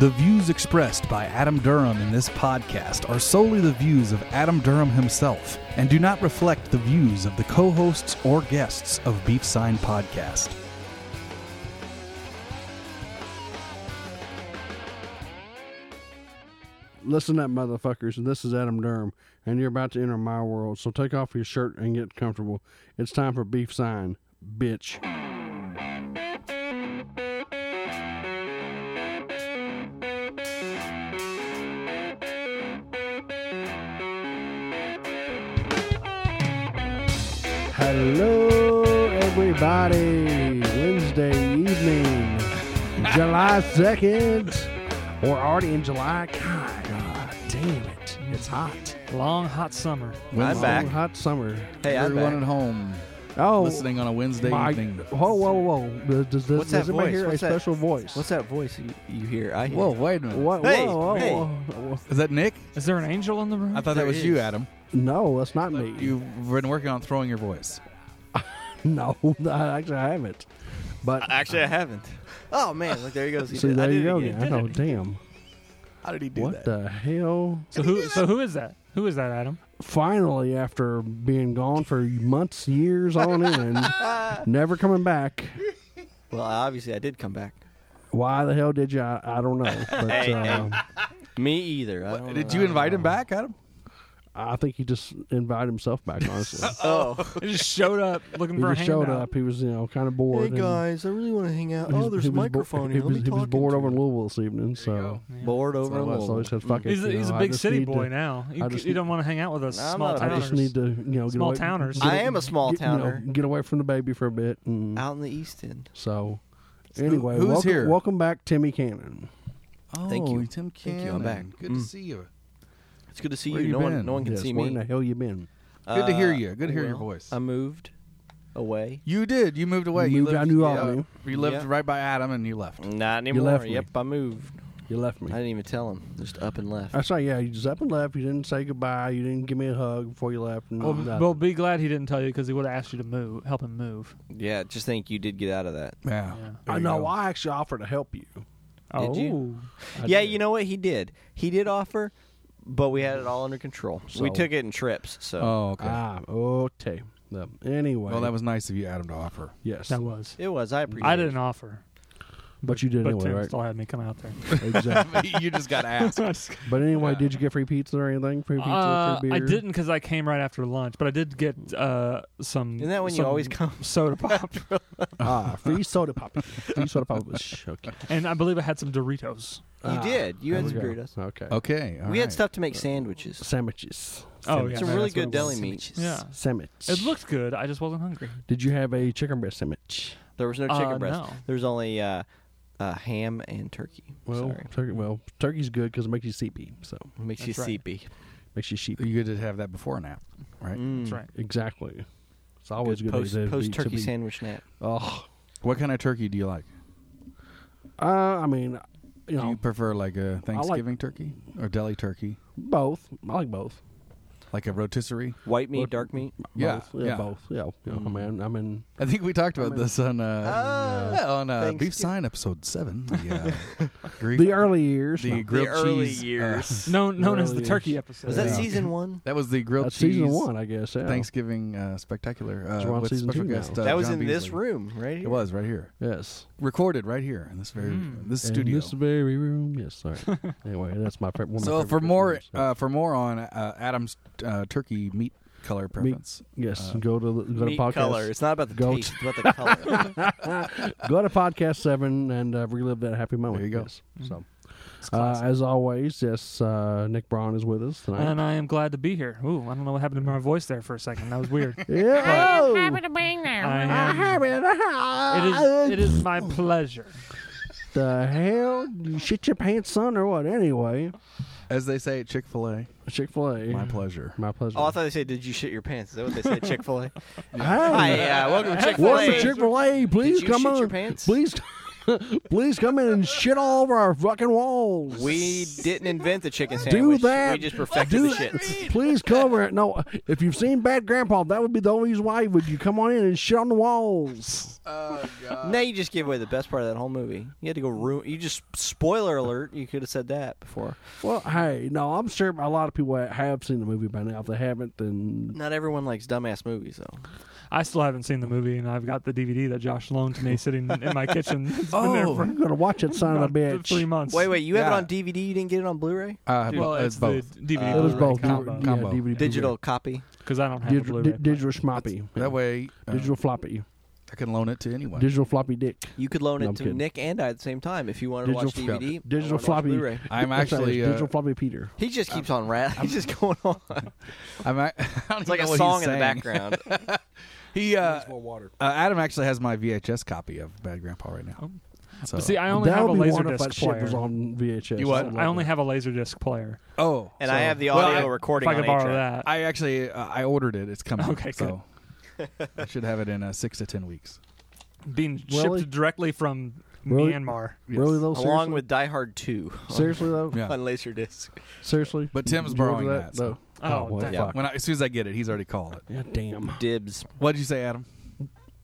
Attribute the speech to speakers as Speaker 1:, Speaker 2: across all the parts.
Speaker 1: The views expressed by Adam Durham in this podcast are solely the views of Adam Durham himself and do not reflect the views of the co hosts or guests of Beef Sign Podcast.
Speaker 2: Listen up, motherfuckers. This is Adam Durham, and you're about to enter my world. So take off your shirt and get comfortable. It's time for beef sign, bitch. Hello, everybody. Wednesday evening, July 2nd. We're already in July. God, God damn it. It's hot.
Speaker 3: Long hot summer.
Speaker 2: Oh,
Speaker 4: I'm back.
Speaker 2: Hot summer.
Speaker 4: Hey, I'm
Speaker 1: Everyone
Speaker 4: back.
Speaker 1: at home
Speaker 2: Oh,
Speaker 1: listening on a Wednesday
Speaker 2: my,
Speaker 1: evening.
Speaker 2: whoa, whoa, whoa! Does, does, does,
Speaker 4: What's that
Speaker 2: anybody
Speaker 4: voice?
Speaker 2: hear
Speaker 4: What's
Speaker 2: a
Speaker 4: that-
Speaker 2: special voice?
Speaker 4: What's that voice you, you hear? I hear.
Speaker 1: Whoa, wait a minute.
Speaker 2: What?
Speaker 4: Hey,
Speaker 2: whoa, whoa,
Speaker 4: hey.
Speaker 2: whoa, whoa.
Speaker 1: Is that Nick?
Speaker 3: Is there an angel in the room?
Speaker 1: I thought that
Speaker 4: There
Speaker 1: was you,
Speaker 4: is.
Speaker 1: Adam.
Speaker 2: No, that's not me.
Speaker 1: You've been working on throwing your voice.
Speaker 2: No, I actually I haven't. But
Speaker 4: Actually, I haven't. Oh man, look there he goes. He
Speaker 2: see,
Speaker 4: did- I
Speaker 2: there you
Speaker 4: did it
Speaker 2: go.
Speaker 4: again.
Speaker 2: I know. Damn.
Speaker 1: How did he do
Speaker 2: what the hell?
Speaker 3: so who? So who is that? Who is that, Adam?
Speaker 2: Finally, after being gone for months, years on end, never coming back.
Speaker 4: Well, obviously, I did come back.
Speaker 2: Why the hell did you? I, I don't know. But
Speaker 4: Hey, hey.
Speaker 2: um,
Speaker 4: Me either. I
Speaker 1: What-
Speaker 4: don't
Speaker 1: Did
Speaker 4: know.
Speaker 1: you invite him back, Adam?
Speaker 2: I think he just invited himself back. Honestly,
Speaker 4: Oh,
Speaker 3: It just showed up looking
Speaker 2: he
Speaker 3: for a
Speaker 2: just showed
Speaker 3: handout. Oh,
Speaker 2: up. He was, you know, kind of bored. and-
Speaker 4: I really want to hang out. Oh,
Speaker 2: He was- he was bo- He was, he was bored over in Louisville this evening, so
Speaker 3: Yeah.
Speaker 4: Bored
Speaker 1: That's
Speaker 4: over
Speaker 1: what
Speaker 4: in
Speaker 1: it was.
Speaker 2: so he
Speaker 4: Louisville.
Speaker 2: said, "Fuck it."
Speaker 3: He's a,
Speaker 2: you
Speaker 3: he's
Speaker 2: know,
Speaker 3: a
Speaker 2: I
Speaker 3: big
Speaker 2: just
Speaker 3: city
Speaker 2: need to-
Speaker 3: boy now. You,
Speaker 2: I
Speaker 3: c-
Speaker 2: just
Speaker 3: you
Speaker 2: need-
Speaker 3: don't want to hang out with us
Speaker 4: No, I'm
Speaker 3: small
Speaker 4: not a-
Speaker 2: I
Speaker 3: towners.
Speaker 2: just need to, you know, get
Speaker 3: Small
Speaker 2: away,
Speaker 3: towners.
Speaker 2: Get,
Speaker 4: I am a small
Speaker 2: get, you know,
Speaker 4: towner
Speaker 2: get away from the baby for a bit. And
Speaker 4: out in the East End.
Speaker 2: so, anyway,
Speaker 1: who's
Speaker 2: welcome,
Speaker 1: here?
Speaker 2: welcome back, Timmy Cannon.
Speaker 1: Oh,
Speaker 4: Thank you.
Speaker 1: Tim
Speaker 4: Thank you,
Speaker 1: Cannon.
Speaker 4: I'm back.
Speaker 1: Good to
Speaker 4: Mm.
Speaker 1: see you.
Speaker 4: It's good to see
Speaker 1: Where
Speaker 4: you.
Speaker 1: you
Speaker 4: No
Speaker 1: been?
Speaker 4: one, no one can
Speaker 2: yes,
Speaker 4: see
Speaker 2: where in the
Speaker 4: me. Uh,
Speaker 2: hell you been?
Speaker 1: Good to hear you. Good to hear your
Speaker 4: well,
Speaker 1: voice.
Speaker 4: I moved away.
Speaker 1: You did. You moved away.
Speaker 2: Moved,
Speaker 1: you lived,
Speaker 2: I knew all
Speaker 1: yeah,
Speaker 2: of you.
Speaker 1: You lived
Speaker 4: Yeah.
Speaker 1: right by Adam, and you left.
Speaker 4: Not anymore.
Speaker 2: left me.
Speaker 4: yep, I moved.
Speaker 2: You left me.
Speaker 4: I
Speaker 2: I,
Speaker 4: didn't even tell him. Just up and left.
Speaker 2: saw. Yeah, you just up and left. You didn't say goodbye. You didn't give me a hug before you left. And
Speaker 3: Well,
Speaker 2: nothing.
Speaker 3: well, be glad he didn't tell you because he would have asked you to move, help him move.
Speaker 4: Yeah, just think you did get out of that.
Speaker 1: Yeah.
Speaker 3: Yeah.
Speaker 1: There
Speaker 2: I
Speaker 1: you
Speaker 2: know.
Speaker 1: go.
Speaker 2: I actually offered to help you.
Speaker 3: oh,
Speaker 4: Did you?
Speaker 2: I
Speaker 4: yeah,
Speaker 2: did.
Speaker 4: you know what? He did. He did offer, but we had it all under control.
Speaker 2: So-
Speaker 4: we took it in trips. So
Speaker 1: Oh, okay.
Speaker 2: Ah, okay. Well, Anyway,
Speaker 1: well, that was nice of you, Adam, to offer.
Speaker 2: yes,
Speaker 3: that was.
Speaker 4: it was. I appreciate.
Speaker 3: I didn't
Speaker 4: It.
Speaker 3: offer,
Speaker 2: but you did
Speaker 3: but
Speaker 2: anyway,
Speaker 3: Tim
Speaker 2: right?
Speaker 3: still had me come out there.
Speaker 2: exactly.
Speaker 1: you just got asked.
Speaker 2: But anyway, did you get free pizza or anything? Free pizza,
Speaker 3: Uh,
Speaker 2: free
Speaker 3: I
Speaker 2: beer?
Speaker 3: didn't because I came right after lunch, but I did get uh, some.
Speaker 4: Isn't that when you
Speaker 3: some
Speaker 4: always come?
Speaker 3: soda pop?
Speaker 2: Ah, free soda pop. Free soda pop. Shh, Okay.
Speaker 3: and I believe I had some Doritos. Oh,
Speaker 2: Ah,
Speaker 4: you did. You
Speaker 2: there
Speaker 4: had
Speaker 2: we
Speaker 4: some
Speaker 2: go.
Speaker 4: burritos.
Speaker 2: Okay.
Speaker 1: Okay. all
Speaker 4: We had
Speaker 1: right.
Speaker 4: stuff to make sandwiches.
Speaker 2: Sandwiches.
Speaker 3: Oh, yeah.
Speaker 4: Some
Speaker 3: man,
Speaker 4: really
Speaker 3: that's what
Speaker 4: good
Speaker 3: it was.
Speaker 4: deli meat.
Speaker 3: Yeah,
Speaker 2: Sandwich.
Speaker 3: it looked good. I just wasn't hungry.
Speaker 2: Did you have a chicken breast sandwich?
Speaker 4: There was no chicken
Speaker 3: Uh,
Speaker 4: breast.
Speaker 3: no.
Speaker 4: There was only uh, uh, ham and turkey.
Speaker 2: Well,
Speaker 4: Sorry,
Speaker 2: turkey. Well, turkey's good because it makes you sleepy. So
Speaker 4: makes you
Speaker 3: That's right.
Speaker 4: seepy.
Speaker 2: makes you sheepy.
Speaker 1: You could have that before now, right?
Speaker 3: That's
Speaker 4: Mm.
Speaker 3: right.
Speaker 2: Exactly. It's always good.
Speaker 4: post,
Speaker 2: to be-
Speaker 4: post
Speaker 2: to
Speaker 4: turkey
Speaker 2: be-
Speaker 4: sandwich nap.
Speaker 2: Oh,
Speaker 1: What kind of turkey do you like?
Speaker 2: uh, I mean, you
Speaker 1: Do you
Speaker 2: know,
Speaker 1: prefer like a Thanksgiving turkey or deli turkey,
Speaker 2: both. I like both.
Speaker 1: like a rotisserie?
Speaker 4: White meat,
Speaker 2: What-
Speaker 4: dark meat.
Speaker 1: Yeah,
Speaker 2: Both. Yeah. Mm-hmm.
Speaker 1: yeah.
Speaker 2: Both. Yeah. You know, I mean, I mean,
Speaker 1: I think we talked about
Speaker 2: I mean-
Speaker 1: this on uh,
Speaker 4: Ah,
Speaker 1: yeah, on uh,
Speaker 4: Thanksgiving.
Speaker 1: Beef Sign episode seven. The, uh, Greek-
Speaker 2: the early years.
Speaker 1: the
Speaker 2: no.
Speaker 1: grilled
Speaker 4: the early
Speaker 1: cheese, uh,
Speaker 4: years.
Speaker 3: Known known as
Speaker 2: Really
Speaker 3: the
Speaker 2: is.
Speaker 3: turkey episode.
Speaker 4: Was that
Speaker 1: Yeah.
Speaker 4: season one?
Speaker 1: that was the grilled
Speaker 2: That's
Speaker 1: cheese
Speaker 2: season one, I guess. Yeah.
Speaker 1: Thanksgiving uh, spectacular uh,
Speaker 2: So we're on
Speaker 1: with
Speaker 2: season
Speaker 1: special
Speaker 2: two now.
Speaker 1: guest. Uh,
Speaker 4: that was
Speaker 1: John
Speaker 4: in this
Speaker 1: Beasley.
Speaker 4: room, right?
Speaker 1: It was right here,
Speaker 2: Yes.
Speaker 1: recorded right here in this very
Speaker 3: Mm.
Speaker 1: this
Speaker 2: In
Speaker 1: studio.
Speaker 2: this very room. Yes, sorry. anyway, that's my favorite.
Speaker 1: so for more uh, for more on uh, Adam's uh, turkey meat color preference,
Speaker 2: yes,
Speaker 1: uh,
Speaker 2: go to the, go to
Speaker 4: Meat
Speaker 2: podcast.
Speaker 4: color. It's not about the
Speaker 2: Goat.
Speaker 4: taste. It's about the color.
Speaker 2: Go to podcast seven and uh, relive that happy moment.
Speaker 1: There you go.
Speaker 2: Yes.
Speaker 4: Mm-hmm.
Speaker 2: So,
Speaker 3: It's
Speaker 2: uh,
Speaker 3: classic.
Speaker 2: as always, yes, uh, Nick Braun is with us tonight.
Speaker 4: Um,
Speaker 3: and I am glad to be here. Ooh, I don't know what happened to my voice there for a second. That was weird.
Speaker 2: yeah.
Speaker 5: happy to be there.
Speaker 3: I
Speaker 4: Um,
Speaker 3: am, it is it is my pleasure.
Speaker 2: the hell? You shit your pants, son, or what? Anyway,
Speaker 1: as they say at Chick Fil A,
Speaker 2: Chick Fil A.
Speaker 1: my pleasure.
Speaker 2: My pleasure.
Speaker 4: oh, I thought they said, "Did you shit your pants?" Is that what they said? Chick Fil A.
Speaker 2: Hey,
Speaker 4: Hi, uh, welcome to Chick Fil
Speaker 2: Welcome to
Speaker 4: A.
Speaker 2: Chick Fil A. Please
Speaker 4: you
Speaker 2: come
Speaker 4: shit
Speaker 2: on.
Speaker 4: your pants?
Speaker 2: Please. Please come in and shit all over our fucking walls.
Speaker 4: We didn't invent the chicken sandwich.
Speaker 2: do that.
Speaker 4: We just perfected
Speaker 2: Do
Speaker 4: the
Speaker 2: that.
Speaker 4: shit.
Speaker 2: Please cover it. No, if you've seen Bad Grandpa, that would be the only reason why would you come on in and shit on the walls.
Speaker 4: Now you just gave away the best part of that whole movie. You had to go ruin. You just spoiler alert. You could have said that before.
Speaker 2: Well, hey, no, I'm sure a lot of people have seen the movie by now. If they haven't, then
Speaker 4: Not everyone likes dumbass movies though.
Speaker 3: I still haven't seen the movie, and I've got the DVD that Josh loaned to me sitting in my kitchen. It's been there
Speaker 1: Oh.
Speaker 3: for
Speaker 2: I'm gonna watch it, son of a
Speaker 3: about th-
Speaker 2: bitch.
Speaker 3: three months.
Speaker 4: Wait, wait. You have
Speaker 1: Yeah.
Speaker 4: it on DVD. You didn't get it on Blu-ray.
Speaker 1: Uh,
Speaker 3: Well, it's,
Speaker 1: both.
Speaker 3: the DVD.
Speaker 1: Uh,
Speaker 2: It was
Speaker 1: Blu-ray
Speaker 2: both
Speaker 3: combo
Speaker 2: yeah,
Speaker 1: combo.
Speaker 2: DVD,
Speaker 4: Digital copy.
Speaker 3: because I don't have a
Speaker 2: digital,
Speaker 3: Blu-ray.
Speaker 2: di- digital schmoppy.
Speaker 1: that way, uh,
Speaker 2: digital floppy,
Speaker 1: I can loan it to anyone.
Speaker 2: digital floppy dick.
Speaker 4: You could loan it
Speaker 2: No, I'm
Speaker 4: to
Speaker 2: kidding.
Speaker 4: Nick and I at the same time if you wanted to watch
Speaker 2: Digital
Speaker 1: copy.
Speaker 4: DVD. I
Speaker 2: Digital
Speaker 4: wanted to watch
Speaker 2: floppy.
Speaker 4: Blu-ray.
Speaker 1: I'm
Speaker 2: That's how it
Speaker 1: actually
Speaker 2: is, digital
Speaker 1: uh,
Speaker 2: floppy Peter.
Speaker 4: He just keeps on rat. He's just going on.
Speaker 1: I'm a- I don't
Speaker 4: It's like
Speaker 1: even
Speaker 4: a
Speaker 1: know what he's
Speaker 4: song in the
Speaker 1: saying.
Speaker 4: background.
Speaker 1: He uh,
Speaker 2: water.
Speaker 1: uh, Adam actually has my VHS copy of Bad Grandpa right
Speaker 4: Oh.
Speaker 1: now. So
Speaker 3: But see, I only
Speaker 2: That
Speaker 3: have a
Speaker 2: would be one if that
Speaker 3: laserdisc
Speaker 2: shit was
Speaker 3: player.
Speaker 2: on VHS.
Speaker 1: You what?
Speaker 2: Something
Speaker 3: I
Speaker 2: like
Speaker 3: only
Speaker 2: that.
Speaker 3: have a laserdisc player.
Speaker 1: oh,
Speaker 4: And I have the
Speaker 1: Well,
Speaker 4: audio
Speaker 1: I-
Speaker 4: recording.
Speaker 3: If I
Speaker 4: on
Speaker 3: could borrow
Speaker 4: HF.
Speaker 3: that,
Speaker 1: I actually uh, I ordered it. It's coming.
Speaker 3: Okay,
Speaker 1: so I should have it in uh, six to ten weeks.
Speaker 3: being
Speaker 2: Really?
Speaker 3: shipped directly from
Speaker 2: Really?
Speaker 3: Myanmar.
Speaker 1: Yes.
Speaker 2: Really though?
Speaker 4: Along
Speaker 2: seriously?
Speaker 4: with Die Hard 2.
Speaker 2: seriously though,
Speaker 1: Yeah.
Speaker 4: On Laserdisc.
Speaker 2: seriously.
Speaker 1: But Tim's
Speaker 2: Did you order
Speaker 1: borrowing that, so-
Speaker 3: Oh,
Speaker 2: well,
Speaker 3: damn.
Speaker 4: yeah.
Speaker 2: fuck.
Speaker 1: When I, as soon as I get it, he's already called it.
Speaker 2: Yeah, damn.
Speaker 4: Dibs.
Speaker 1: What'd you say, Adam?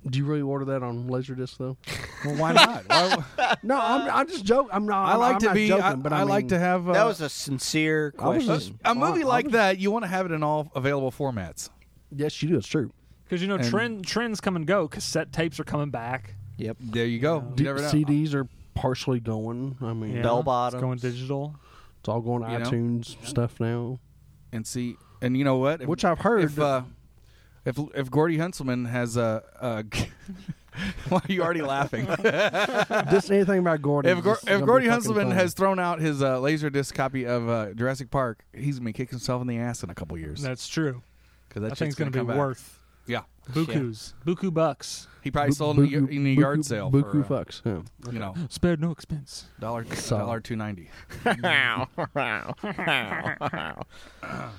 Speaker 2: Do you really order that on Laserdisc though?
Speaker 1: Well, why not? Why-
Speaker 2: No, I'm, I'm just joking. I'm not.
Speaker 1: I like
Speaker 2: I'm
Speaker 1: to
Speaker 2: not
Speaker 1: be.
Speaker 2: Joking,
Speaker 1: I,
Speaker 2: but
Speaker 1: I
Speaker 2: I,
Speaker 1: like
Speaker 2: mean,
Speaker 1: to have. Uh,
Speaker 4: That was a sincere
Speaker 2: I was just-
Speaker 4: question.
Speaker 1: a movie
Speaker 2: I- I
Speaker 1: like
Speaker 2: was-
Speaker 1: that. You want to have it in all available formats.
Speaker 2: Yes, you do. It's true.
Speaker 3: Because you know,
Speaker 1: And-
Speaker 3: trend trends come and go. Cassette tapes are coming back.
Speaker 4: yep.
Speaker 1: There you go.
Speaker 2: D-
Speaker 1: You never know.
Speaker 2: CDs are partially going. I mean,
Speaker 3: Yeah.
Speaker 4: Bell
Speaker 3: It's
Speaker 4: bottoms.
Speaker 3: going digital.
Speaker 2: it's all going
Speaker 1: You know?
Speaker 2: iTunes stuff now.
Speaker 1: and see, and you know what? If-
Speaker 2: Which I've heard
Speaker 1: If
Speaker 2: that-
Speaker 1: uh, if if Gordy Huntsman has a. Uh, why are you already laughing?
Speaker 2: Just anything about Gordy.
Speaker 1: If,
Speaker 2: is
Speaker 1: Gor-
Speaker 2: just gonna
Speaker 1: if
Speaker 2: be
Speaker 1: Gordy
Speaker 2: fucking
Speaker 1: Huntsman
Speaker 2: funny.
Speaker 1: has thrown out his uh, laserdisc copy of uh, Jurassic Park, he's gonna kick himself in the ass in a couple years.
Speaker 3: That's true.
Speaker 1: Because that
Speaker 3: That thing's
Speaker 1: going
Speaker 3: going
Speaker 1: to
Speaker 3: to be worth
Speaker 1: Yeah,
Speaker 3: buku's buku bucks.
Speaker 1: he probably
Speaker 2: Bu-
Speaker 1: sold in a, y-
Speaker 2: buku-
Speaker 1: in a yard
Speaker 2: buku-
Speaker 1: sale
Speaker 2: Buku
Speaker 1: for uh,
Speaker 2: fucks. Yeah.
Speaker 1: you know
Speaker 3: Spared no expense.
Speaker 1: dollar
Speaker 2: So-
Speaker 1: dollar two ninety.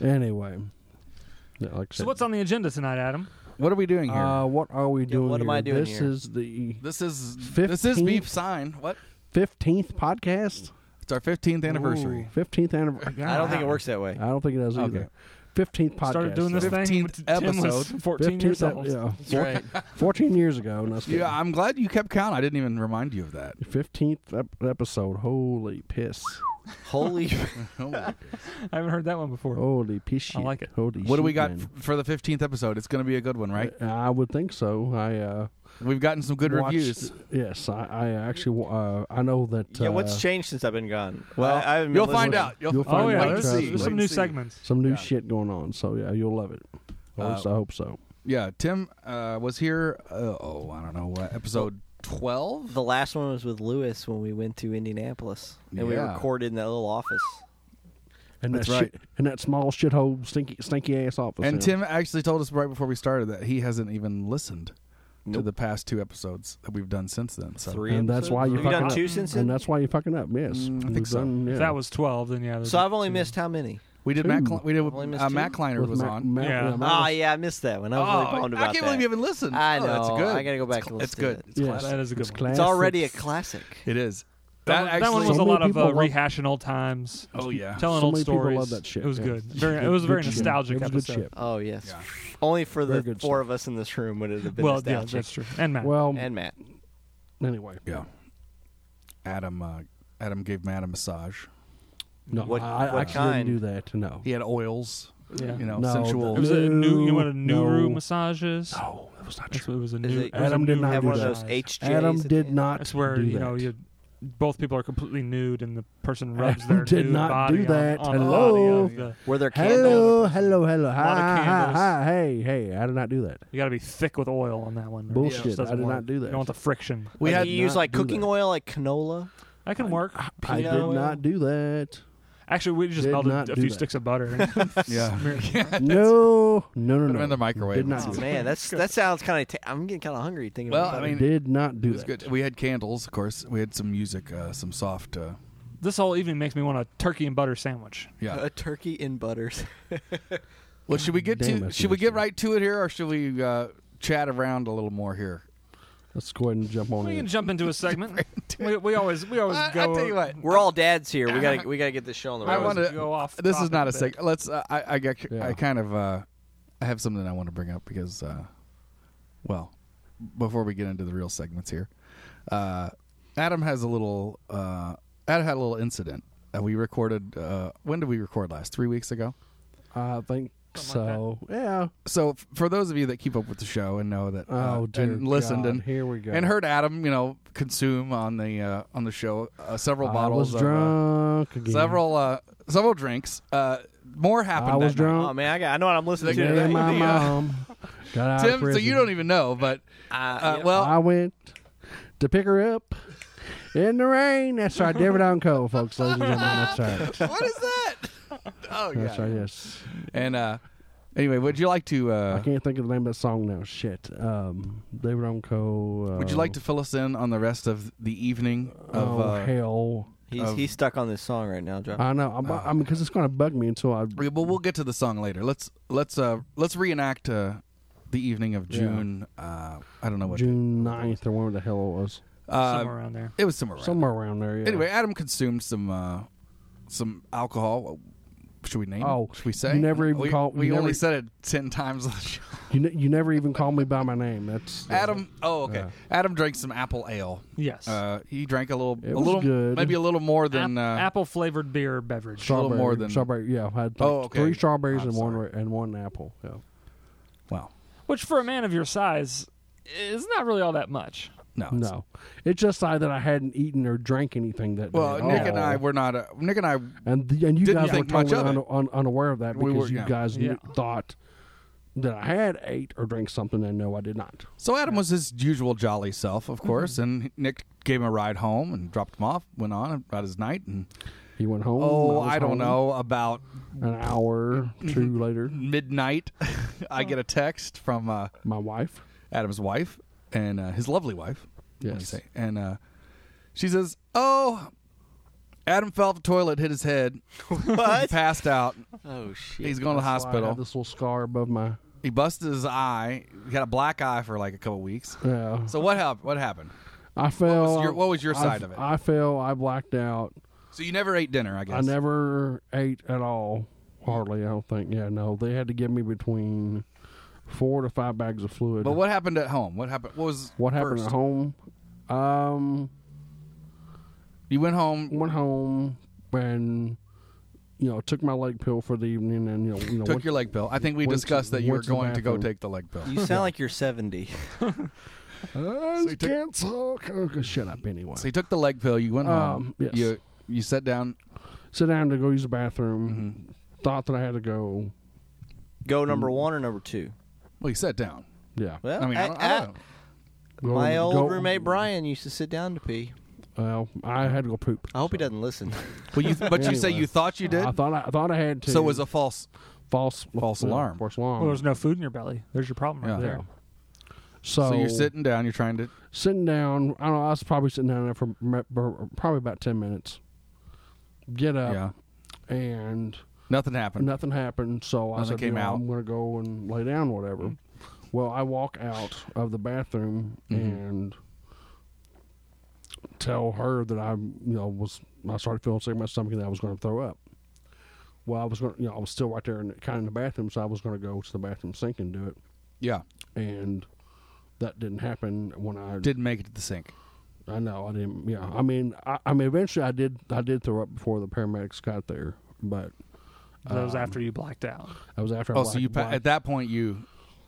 Speaker 2: Anyway, yeah, like I
Speaker 3: So
Speaker 2: said.
Speaker 3: what's on the agenda tonight, Adam?
Speaker 1: What are we doing here?
Speaker 2: Uh, what are we doing?
Speaker 4: what am I
Speaker 2: here?
Speaker 4: doing
Speaker 2: This
Speaker 4: here?
Speaker 2: is the
Speaker 1: this is this is
Speaker 2: 15th?
Speaker 1: beef sign. What?
Speaker 2: fifteenth podcast.
Speaker 1: It's our fifteenth anniversary.
Speaker 2: Fifteenth anniversary.
Speaker 4: I don't think it works that way.
Speaker 2: I don't think it does
Speaker 1: Okay.
Speaker 2: either. Fifteenth podcast.
Speaker 3: Started doing this thing.
Speaker 1: 15th
Speaker 3: when Tim was
Speaker 1: episode.
Speaker 3: 14 years
Speaker 2: 15th,
Speaker 3: old.
Speaker 2: Yeah,
Speaker 4: That's right.
Speaker 2: fourteen years ago. No,
Speaker 1: Yeah, I'm glad you kept count. I didn't even remind you of that.
Speaker 2: fifteenth episode. Holy piss!
Speaker 4: Holy.
Speaker 1: Oh.
Speaker 3: I haven't heard that one before.
Speaker 2: Holy piss! Shit.
Speaker 3: I like it.
Speaker 2: Holy
Speaker 1: what do we
Speaker 2: shit,
Speaker 1: got
Speaker 2: man.
Speaker 1: f- for the fifteenth episode? It's going to be a good one, right?
Speaker 2: Uh, I would think so. I uh,
Speaker 1: We've gotten some good
Speaker 2: watched-
Speaker 1: reviews.
Speaker 2: Yes, I, I actually uh, I know that.
Speaker 4: yeah,
Speaker 2: uh,
Speaker 4: what's changed since I've been gone?
Speaker 1: Well,
Speaker 4: I, I haven't been
Speaker 1: You'll find
Speaker 4: listening.
Speaker 1: out. You'll,
Speaker 2: You'll
Speaker 3: oh
Speaker 2: find
Speaker 3: yeah,
Speaker 2: out.
Speaker 1: Wait and see.
Speaker 3: there's, there's
Speaker 1: Wait
Speaker 3: some
Speaker 1: and
Speaker 3: new
Speaker 1: see.
Speaker 3: segments.
Speaker 2: some new
Speaker 1: Yeah. Uh,
Speaker 2: shit going on? So yeah, you'll love it. At least I hope so.
Speaker 1: Yeah, Tim uh, was here. Uh, oh, I don't know what episode twelve.
Speaker 4: The last one was with Lewis when we went to Indianapolis. And we
Speaker 1: Yeah.
Speaker 4: recorded in that little office.
Speaker 2: And
Speaker 1: That's
Speaker 2: that
Speaker 1: right.
Speaker 2: shit, and that small shithole stinky stinky ass office.
Speaker 1: And
Speaker 2: yeah.
Speaker 1: Tim actually told us right before we started that he hasn't even listened to
Speaker 4: Nope.
Speaker 1: the past two episodes that we've done since then. So
Speaker 4: Three
Speaker 2: and that's
Speaker 4: episodes?
Speaker 2: why you
Speaker 4: Have you done
Speaker 2: fucking
Speaker 4: two
Speaker 2: up.
Speaker 4: since
Speaker 2: and
Speaker 4: then?
Speaker 2: that's why you fucking up. Yes,
Speaker 1: Mm, I
Speaker 2: We've
Speaker 1: think so.
Speaker 2: done- yeah.
Speaker 3: If that was 12, then yeah. there's
Speaker 4: So I've only
Speaker 3: two.
Speaker 4: missed how many?
Speaker 1: we did
Speaker 2: Two.
Speaker 1: Matt. Cl- we did
Speaker 4: Only missed
Speaker 1: uh,
Speaker 4: two?
Speaker 1: Matt Kleiner
Speaker 2: With
Speaker 1: was
Speaker 2: Matt-
Speaker 1: on.
Speaker 2: Matt-
Speaker 3: Yeah.
Speaker 2: Matt
Speaker 4: Oh,
Speaker 2: was-
Speaker 4: yeah, I missed that one. I was really
Speaker 1: Oh,
Speaker 4: bummed
Speaker 1: I
Speaker 4: about
Speaker 1: can't
Speaker 4: that.
Speaker 1: believe you haven't listened.
Speaker 4: I
Speaker 1: Oh, that's
Speaker 4: know.
Speaker 1: good.
Speaker 4: I gotta go back
Speaker 1: It's
Speaker 4: and
Speaker 1: cl- It's
Speaker 4: listen to
Speaker 1: good.
Speaker 4: it.
Speaker 1: It's
Speaker 2: Yes.
Speaker 1: classic.
Speaker 3: That is a good
Speaker 2: It's
Speaker 3: one.
Speaker 4: It's
Speaker 2: classic.
Speaker 4: already a classic.
Speaker 1: It is. That,
Speaker 3: That, that
Speaker 1: actually,
Speaker 3: one was
Speaker 2: So
Speaker 3: a
Speaker 2: many
Speaker 3: lot of
Speaker 2: people
Speaker 3: uh,
Speaker 2: love-
Speaker 3: rehashing old times,
Speaker 1: Oh yeah.
Speaker 3: telling
Speaker 2: So
Speaker 3: old
Speaker 2: many people
Speaker 3: stories.
Speaker 2: love that shit,
Speaker 3: It was
Speaker 2: yeah.
Speaker 3: good. Very, it was a very
Speaker 2: Good shit.
Speaker 3: nostalgic
Speaker 2: It was good
Speaker 3: episode.
Speaker 2: shit.
Speaker 4: Oh, yes.
Speaker 1: Yeah.
Speaker 4: Only for
Speaker 2: Very
Speaker 4: the
Speaker 2: good
Speaker 4: four of us in this room would it have been
Speaker 3: Well, yeah,
Speaker 4: nostalgic.
Speaker 3: that's true. And Matt.
Speaker 2: Well,
Speaker 4: And Matt.
Speaker 2: anyway,
Speaker 1: Yeah. Adam. Uh, Adam gave Matt a massage.
Speaker 2: no,
Speaker 4: What-
Speaker 2: I, I
Speaker 4: what
Speaker 2: actually
Speaker 4: kind?
Speaker 2: didn't do that. No,
Speaker 1: He had oils.
Speaker 3: Yeah.
Speaker 1: You know,
Speaker 2: No,
Speaker 1: sensual.
Speaker 3: It was a new. You
Speaker 2: No,
Speaker 3: wanted new
Speaker 2: no.
Speaker 3: room massages.
Speaker 2: no, that was not
Speaker 3: That's
Speaker 2: true.
Speaker 3: what it was a new.
Speaker 4: Is it-
Speaker 3: it was a
Speaker 2: Adam
Speaker 3: new
Speaker 2: did not
Speaker 4: Have
Speaker 2: do
Speaker 4: one of
Speaker 2: that.
Speaker 4: those HJs.
Speaker 2: Adam
Speaker 4: at the
Speaker 2: did
Speaker 4: end.
Speaker 2: not.
Speaker 3: That's where
Speaker 2: do
Speaker 3: you
Speaker 2: that.
Speaker 3: know you. Both people are completely nude, and the person rubs
Speaker 2: Adam
Speaker 3: their
Speaker 2: did
Speaker 3: nude
Speaker 2: not
Speaker 3: body
Speaker 2: do that.
Speaker 3: on, on
Speaker 2: Hello?
Speaker 3: the body of the.
Speaker 4: Were there candles?
Speaker 2: Hello, hello, hello.
Speaker 3: lot of
Speaker 2: Hi, hi,
Speaker 3: candles.
Speaker 2: hi, hey, hey. I did not do that.
Speaker 3: You got to be thick with oil on that one. or it
Speaker 2: Bullshit.
Speaker 3: just doesn't
Speaker 2: I did
Speaker 3: work.
Speaker 2: not do that.
Speaker 3: You don't want the friction.
Speaker 1: We
Speaker 4: Like,
Speaker 1: had
Speaker 4: you use
Speaker 2: not
Speaker 4: like
Speaker 2: do
Speaker 4: cooking
Speaker 2: that.
Speaker 4: oil, like canola.
Speaker 3: That can work.
Speaker 2: I did
Speaker 4: Peanut oil.
Speaker 2: not do that.
Speaker 3: Actually, we just
Speaker 2: Did
Speaker 3: melted
Speaker 2: not
Speaker 3: a
Speaker 2: do
Speaker 3: few
Speaker 2: that.
Speaker 3: sticks of butter. and
Speaker 1: Yeah.
Speaker 3: smeared-
Speaker 2: No, no, no,
Speaker 1: Put
Speaker 2: no.
Speaker 1: him in the microwave.
Speaker 2: Did not
Speaker 4: Oh
Speaker 2: do that.
Speaker 4: man, that's that sounds kind of. T- I'm getting kind of hungry thinking.
Speaker 1: Well,
Speaker 4: about
Speaker 1: I
Speaker 4: that.
Speaker 1: mean,
Speaker 2: Did not
Speaker 1: It
Speaker 2: do
Speaker 1: was
Speaker 2: that.
Speaker 1: good. We had candles, of course. We had some music, uh, some soft. Uh,
Speaker 3: this whole evening makes me want a turkey and butter sandwich.
Speaker 1: yeah.
Speaker 4: a turkey in butters.
Speaker 1: Well, should we get
Speaker 2: Damn,
Speaker 1: to?
Speaker 2: that's
Speaker 1: Should we get
Speaker 2: interesting.
Speaker 1: right to it here, or should we uh, chat around a little more here?
Speaker 2: Let's go ahead and jump on
Speaker 3: We can
Speaker 2: in.
Speaker 3: jump into a segment. we, we always we always
Speaker 1: I, I
Speaker 3: go.
Speaker 1: tell you what.
Speaker 4: We're all dads here. We gotta we gotta get this show on the
Speaker 1: I
Speaker 3: I
Speaker 4: road.
Speaker 3: want
Speaker 1: wanna-
Speaker 3: to go off.
Speaker 1: This is
Speaker 3: topic
Speaker 1: not a
Speaker 3: bit.
Speaker 1: seg. Let's. Uh, I I got.
Speaker 2: Yeah.
Speaker 1: I kind of. Uh, I have something I want to bring up because. Uh, well, before we get into the real segments here, uh, Adam has a little. Uh, Adam had a little incident. Uh, we recorded. Uh, when did we record last? Three weeks ago.
Speaker 2: I think
Speaker 3: Something like
Speaker 2: so. yeah.
Speaker 1: So f- for those of you that keep up with the show and know that, uh,
Speaker 2: Oh, dear
Speaker 1: and listened
Speaker 2: God.
Speaker 1: and
Speaker 2: here we go.
Speaker 1: and heard Adam, you know, consume on the uh, on the show uh, several
Speaker 2: I
Speaker 1: bottles,
Speaker 2: was drunk
Speaker 1: of, uh,
Speaker 2: again.
Speaker 1: several uh, several drinks. Uh, more happened.
Speaker 2: I was
Speaker 1: that night.
Speaker 2: drunk.
Speaker 4: Oh man, I, got, I know what I'm listening
Speaker 1: Yeah,
Speaker 2: Yeah,
Speaker 4: to.
Speaker 1: that-
Speaker 2: my
Speaker 1: the, uh,
Speaker 2: mom got out of
Speaker 1: Tim,
Speaker 2: prison.
Speaker 1: so you don't even know, but
Speaker 4: Uh,
Speaker 1: uh, well,
Speaker 2: I went to pick her up in the rain. That's right, David on Cole, folks, ladies and gentlemen. That's right.
Speaker 1: what is that? Oh
Speaker 2: Uh, That's
Speaker 1: yeah.
Speaker 2: right. Yes,
Speaker 1: And uh, anyway, would you like to
Speaker 2: I
Speaker 1: uh,
Speaker 2: can't think of the name of that song now. Shit, um, David on Cole. Uh,
Speaker 1: would you like to fill us in on the rest of the evening of
Speaker 2: oh
Speaker 1: uh,
Speaker 2: hell!
Speaker 4: he's
Speaker 1: of-
Speaker 4: he's stuck on this song right now, Josh.
Speaker 2: I know. I'm because I'm, 'cause it's going to bug me until I.
Speaker 1: we- well, we'll get to the song later. Let's let's uh, let's reenact uh, the evening of
Speaker 2: Yeah.
Speaker 1: June. Uh, I don't know what
Speaker 2: June 9th or whatever the hell it was.
Speaker 1: Uh,
Speaker 3: somewhere around there.
Speaker 1: it was somewhere. around
Speaker 2: Somewhere around there. Yeah.
Speaker 1: Anyway, Adam consumed some uh, some alcohol. Should we name?
Speaker 2: Oh,
Speaker 1: it? should we say?
Speaker 2: you never even
Speaker 1: we,
Speaker 2: call-
Speaker 1: We
Speaker 2: you
Speaker 1: only
Speaker 2: never-
Speaker 1: said it ten times on the show.
Speaker 2: you, ne- you never even call me by my name. That's uh,
Speaker 1: Adam. Oh, okay.
Speaker 2: Yeah.
Speaker 1: Adam drank some apple ale.
Speaker 3: Yes.
Speaker 1: Uh, he drank a little,
Speaker 2: It
Speaker 1: a
Speaker 2: was
Speaker 1: little,
Speaker 2: good.
Speaker 1: maybe a little more than.
Speaker 3: Ap-
Speaker 1: uh,
Speaker 3: apple flavored beer beverage.
Speaker 1: Sure. a little
Speaker 2: Strawberry-
Speaker 1: more than-
Speaker 2: strawberry. Yeah, I had like
Speaker 1: Oh, okay.
Speaker 2: three strawberries
Speaker 1: I'm
Speaker 2: and one
Speaker 1: sorry.
Speaker 2: ra- and one apple. Yeah.
Speaker 1: wow.
Speaker 3: Which for a man of your size is not really all that much.
Speaker 1: No. it's-
Speaker 2: No, it's just I that I hadn't eaten or drank anything that
Speaker 1: Well,
Speaker 2: day. at
Speaker 1: Nick
Speaker 2: all.
Speaker 1: and I were not. Uh, Nick and I.
Speaker 2: and the, and you
Speaker 1: didn't
Speaker 2: guys were
Speaker 1: think much
Speaker 2: totally
Speaker 1: of
Speaker 2: un,
Speaker 1: it.
Speaker 2: un, unaware of that
Speaker 1: We
Speaker 2: because
Speaker 1: were-
Speaker 2: you
Speaker 1: yeah.
Speaker 2: guys
Speaker 3: Yeah.
Speaker 2: knew- thought that I had ate or drank something, and no, I did not.
Speaker 1: So Adam was his usual jolly self, of course, and Nick gave him a ride home and dropped him off. Went on about his night, and
Speaker 2: He went home.
Speaker 1: oh,
Speaker 2: was
Speaker 1: I don't
Speaker 2: home.
Speaker 1: know about
Speaker 2: An hour, two later,
Speaker 1: midnight. I get a text from uh,
Speaker 2: my wife.
Speaker 1: Adam's wife and uh, his lovely wife. let me
Speaker 2: Yes.
Speaker 1: say. And uh, she says, "Oh, Adam fell off the toilet, hit his head, he
Speaker 4: What?
Speaker 1: passed out.
Speaker 4: oh shit.
Speaker 1: He's going to the
Speaker 2: That's why I
Speaker 1: hospital.
Speaker 2: had this little scar above my.
Speaker 1: He busted his eye. He got a black eye for like a couple weeks.
Speaker 2: Yeah,
Speaker 1: So what happened? What happened?
Speaker 2: I fell.
Speaker 1: your- what was your
Speaker 2: I-
Speaker 1: side of it?
Speaker 2: I fell. I blacked out.
Speaker 1: So you never ate dinner, I guess.
Speaker 2: I never ate at all, hardly. I don't think. Yeah, no, they had to give me between four to five bags of fluid.
Speaker 1: But what happened at home? What happened? What was
Speaker 2: What happened
Speaker 1: first?
Speaker 2: at home? Um,
Speaker 1: You went home,
Speaker 2: went home and you know took my leg pill for the evening, and you know, you know
Speaker 1: took
Speaker 2: went-
Speaker 1: your leg pill. I think we
Speaker 2: went to-
Speaker 1: discussed that you were
Speaker 2: went to the
Speaker 1: going to go
Speaker 2: bathroom.
Speaker 1: take the leg pill.
Speaker 4: You sound like you're 70.
Speaker 2: Uh,
Speaker 1: you took-
Speaker 2: can't talk. Okay, shut up anyway.
Speaker 1: So you took the leg pill. You went home.
Speaker 2: Um, yes.
Speaker 1: You you sat down.
Speaker 2: Sit down to go use the bathroom.
Speaker 1: Mm-hmm.
Speaker 2: Thought that I had to go.
Speaker 4: Go number
Speaker 2: Mm.
Speaker 4: one or number two?
Speaker 1: Well, you sat down.
Speaker 2: Yeah,
Speaker 4: Well,
Speaker 1: I mean, I,
Speaker 4: I-
Speaker 1: don't, I don't know.
Speaker 4: I-
Speaker 2: Go-
Speaker 4: my old
Speaker 2: go-
Speaker 4: roommate Brian used to sit down to pee.
Speaker 2: Well, I had to go poop.
Speaker 4: I hope he doesn't listen.
Speaker 1: Well, you, but you say
Speaker 2: Anyway.
Speaker 1: you thought you did.
Speaker 2: I thought I, I thought I had to.
Speaker 1: So it was a false.
Speaker 2: false
Speaker 1: false
Speaker 2: yeah,
Speaker 1: alarm.
Speaker 2: False alarm.
Speaker 3: Well, there's no food in your belly. There's your problem right
Speaker 1: Um, Yeah.
Speaker 3: there.
Speaker 2: Yeah. So,
Speaker 1: So you're sitting down. You're trying to.
Speaker 2: sitting down. I don't know. I was probably sitting down there for m- b- probably about ten minutes. Get
Speaker 1: yeah.
Speaker 2: up and
Speaker 1: Nothing happened.
Speaker 2: nothing happened. So I
Speaker 1: Nothing
Speaker 2: said,
Speaker 1: came
Speaker 2: you know,
Speaker 1: out. Mm-hmm.
Speaker 2: I'm gonna go and lay down, whatever. Well, I walk out of the bathroom and tell her that I, you know, was I started feeling sick in my stomach and that I was going to throw up. Well, I was going, to you know, I was still right there in kind of in the bathroom, so I was going to go to the bathroom sink and do it,
Speaker 1: Yeah.
Speaker 2: and that didn't happen when I
Speaker 1: Didn't make it to the sink.
Speaker 2: I know I didn't. Yeah, I mean, I, I mean, eventually I did. I did throw up before the paramedics got there, but
Speaker 3: That
Speaker 1: Um,
Speaker 3: was after you blacked out.
Speaker 2: I was after. I
Speaker 1: Oh, so
Speaker 2: black-
Speaker 1: you pa-
Speaker 2: black-
Speaker 1: at that point you.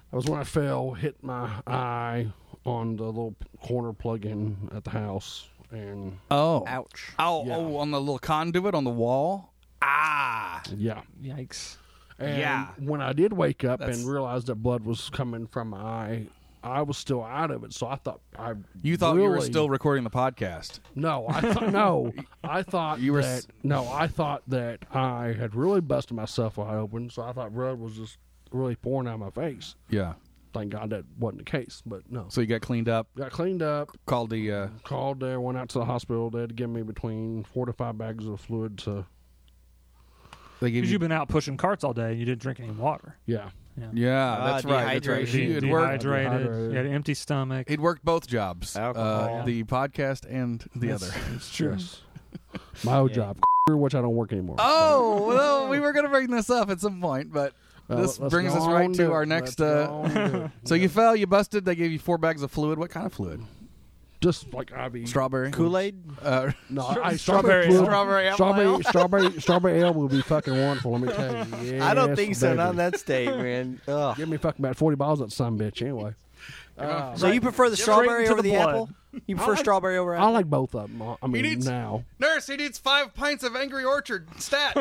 Speaker 2: That was when I fell, hit my eye on the little corner plug-in at the house, and
Speaker 1: Oh.
Speaker 4: Ouch.
Speaker 1: Oh,
Speaker 2: Yeah.
Speaker 1: oh, on the little conduit on the wall. Ah.
Speaker 2: yeah,
Speaker 3: Yikes.
Speaker 2: and
Speaker 1: Yeah.
Speaker 2: When I did wake up
Speaker 1: That's-
Speaker 2: and realized that blood was coming from my eye, I was still out of it. So I thought I
Speaker 1: You thought you were
Speaker 2: really-
Speaker 1: still recording the podcast.
Speaker 2: no. I thought no. I thought
Speaker 1: You were
Speaker 2: that,
Speaker 1: s-
Speaker 2: no. I thought that I had really busted myself wide open. So I thought blood was just really pouring out of my face.
Speaker 1: Yeah.
Speaker 2: Thank God that wasn't the case, but no.
Speaker 1: So you got cleaned up.
Speaker 2: Got cleaned up.
Speaker 1: Called the. Uh,
Speaker 2: called there, went out to the hospital. They had to give me between four to five bags of fluid to,
Speaker 1: they gave
Speaker 3: Because
Speaker 1: you.
Speaker 3: you've been out pushing carts all day and you didn't drink any water.
Speaker 2: yeah.
Speaker 3: Yeah.
Speaker 1: Yeah,
Speaker 4: Ah,
Speaker 1: that's right. That's right. He
Speaker 4: dehydration.
Speaker 1: had worked.
Speaker 3: dehydrated.
Speaker 2: Dehydrated.
Speaker 3: He had an empty stomach.
Speaker 1: He'd worked both jobs,
Speaker 4: Alcohol.
Speaker 1: uh, the podcast and the
Speaker 3: That's-
Speaker 1: other.
Speaker 3: It's true.
Speaker 2: My old
Speaker 4: Yeah.
Speaker 2: job, which I don't work anymore.
Speaker 1: Oh well, we were gonna bring this up at some point, but
Speaker 2: Uh,
Speaker 1: this
Speaker 2: let's
Speaker 1: brings
Speaker 2: go
Speaker 1: us
Speaker 2: on
Speaker 1: right to
Speaker 2: it.
Speaker 1: our next.
Speaker 2: Let's go
Speaker 1: Uh,
Speaker 2: on to it.
Speaker 1: so you fell, you busted. They gave you four bags of fluid. What kind of fluid?
Speaker 2: just like I mean,
Speaker 1: Strawberry.
Speaker 4: Kool Aid.
Speaker 1: Uh,
Speaker 2: no,
Speaker 3: Stra-
Speaker 2: I,
Speaker 3: strawberry
Speaker 2: strawberry,
Speaker 1: strawberry. apple
Speaker 2: strawberry,
Speaker 3: ale.
Speaker 1: ale?
Speaker 2: strawberry, strawberry, strawberry ale would be fucking wonderful. Let me tell you.
Speaker 4: I don't
Speaker 2: Yes,
Speaker 4: think so. Not in
Speaker 2: baby.
Speaker 4: that state, man. Ugh.
Speaker 2: Give me fucking about forty bottles of that some bitch anyway. Uh,
Speaker 4: So you prefer the strawberry
Speaker 3: into
Speaker 4: over
Speaker 3: the
Speaker 4: the,
Speaker 3: blood.
Speaker 4: apple? You prefer strawberry over
Speaker 2: I
Speaker 4: apple?
Speaker 2: like both of them. I mean,
Speaker 1: need s-
Speaker 2: now
Speaker 1: Nurse, he needs five pints of Angry Orchard. Stat.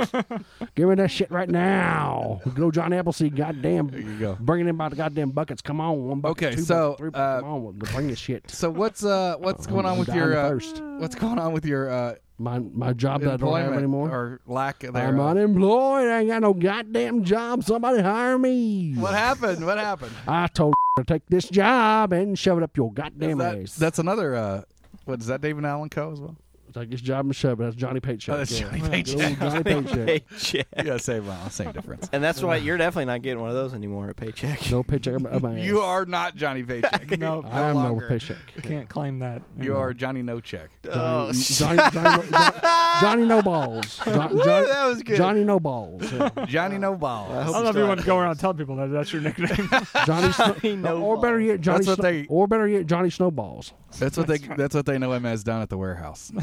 Speaker 2: give me that shit right now. Go, John Appleseed. Goddamn, there
Speaker 1: you go.
Speaker 2: Bringing in by the goddamn buckets. Come on, one bucket.
Speaker 1: Okay,
Speaker 2: two
Speaker 1: so,
Speaker 2: bucket, three bucket.
Speaker 1: uh,
Speaker 2: come on, bring the shit.
Speaker 1: so what's uh what's going on
Speaker 2: I'm
Speaker 1: with
Speaker 2: dying
Speaker 1: your
Speaker 2: of
Speaker 1: uh,
Speaker 2: thirst.
Speaker 1: what's going on with your uh
Speaker 2: My my job that I don't have
Speaker 1: employment
Speaker 2: anymore.
Speaker 1: or lack
Speaker 2: I'm
Speaker 1: thereof?
Speaker 2: unemployed. I ain't got no goddamn job. Somebody hire me.
Speaker 1: What happened? What happened?
Speaker 2: I told to take this job and shove it up your goddamn
Speaker 1: That-
Speaker 2: ass.
Speaker 1: that's another. uh What is that? David Allen Co. as well.
Speaker 2: take this job and shove it. That's Johnny Paycheck.
Speaker 1: Oh, that's
Speaker 2: yeah.
Speaker 1: Johnny Paycheck.
Speaker 2: Old Johnny Paycheck.
Speaker 4: Paycheck.
Speaker 1: yeah, same well, same difference.
Speaker 4: And that's why you're definitely not getting one of those anymore at paycheck.
Speaker 2: No paycheck up my ass.
Speaker 1: You are not Johnny Paycheck.
Speaker 3: No,
Speaker 2: I am
Speaker 1: no longer.
Speaker 2: no paycheck.
Speaker 3: can't claim that.
Speaker 1: You are Johnny No Check.
Speaker 4: Oh,
Speaker 2: Johnny, Johnny, Johnny, Johnny No Balls. John, John,
Speaker 4: that was good.
Speaker 2: Johnny No Balls. Yeah.
Speaker 1: Johnny No Balls.
Speaker 3: I love everyone go around telling people that that's your nickname.
Speaker 2: Johnny, Snow-
Speaker 4: No
Speaker 2: or better yet, Johnny,
Speaker 1: That's what
Speaker 2: Snow-
Speaker 1: they-
Speaker 2: or better yet, Johnny Snowballs.
Speaker 1: That's what they. That's what they know him as down at the warehouse.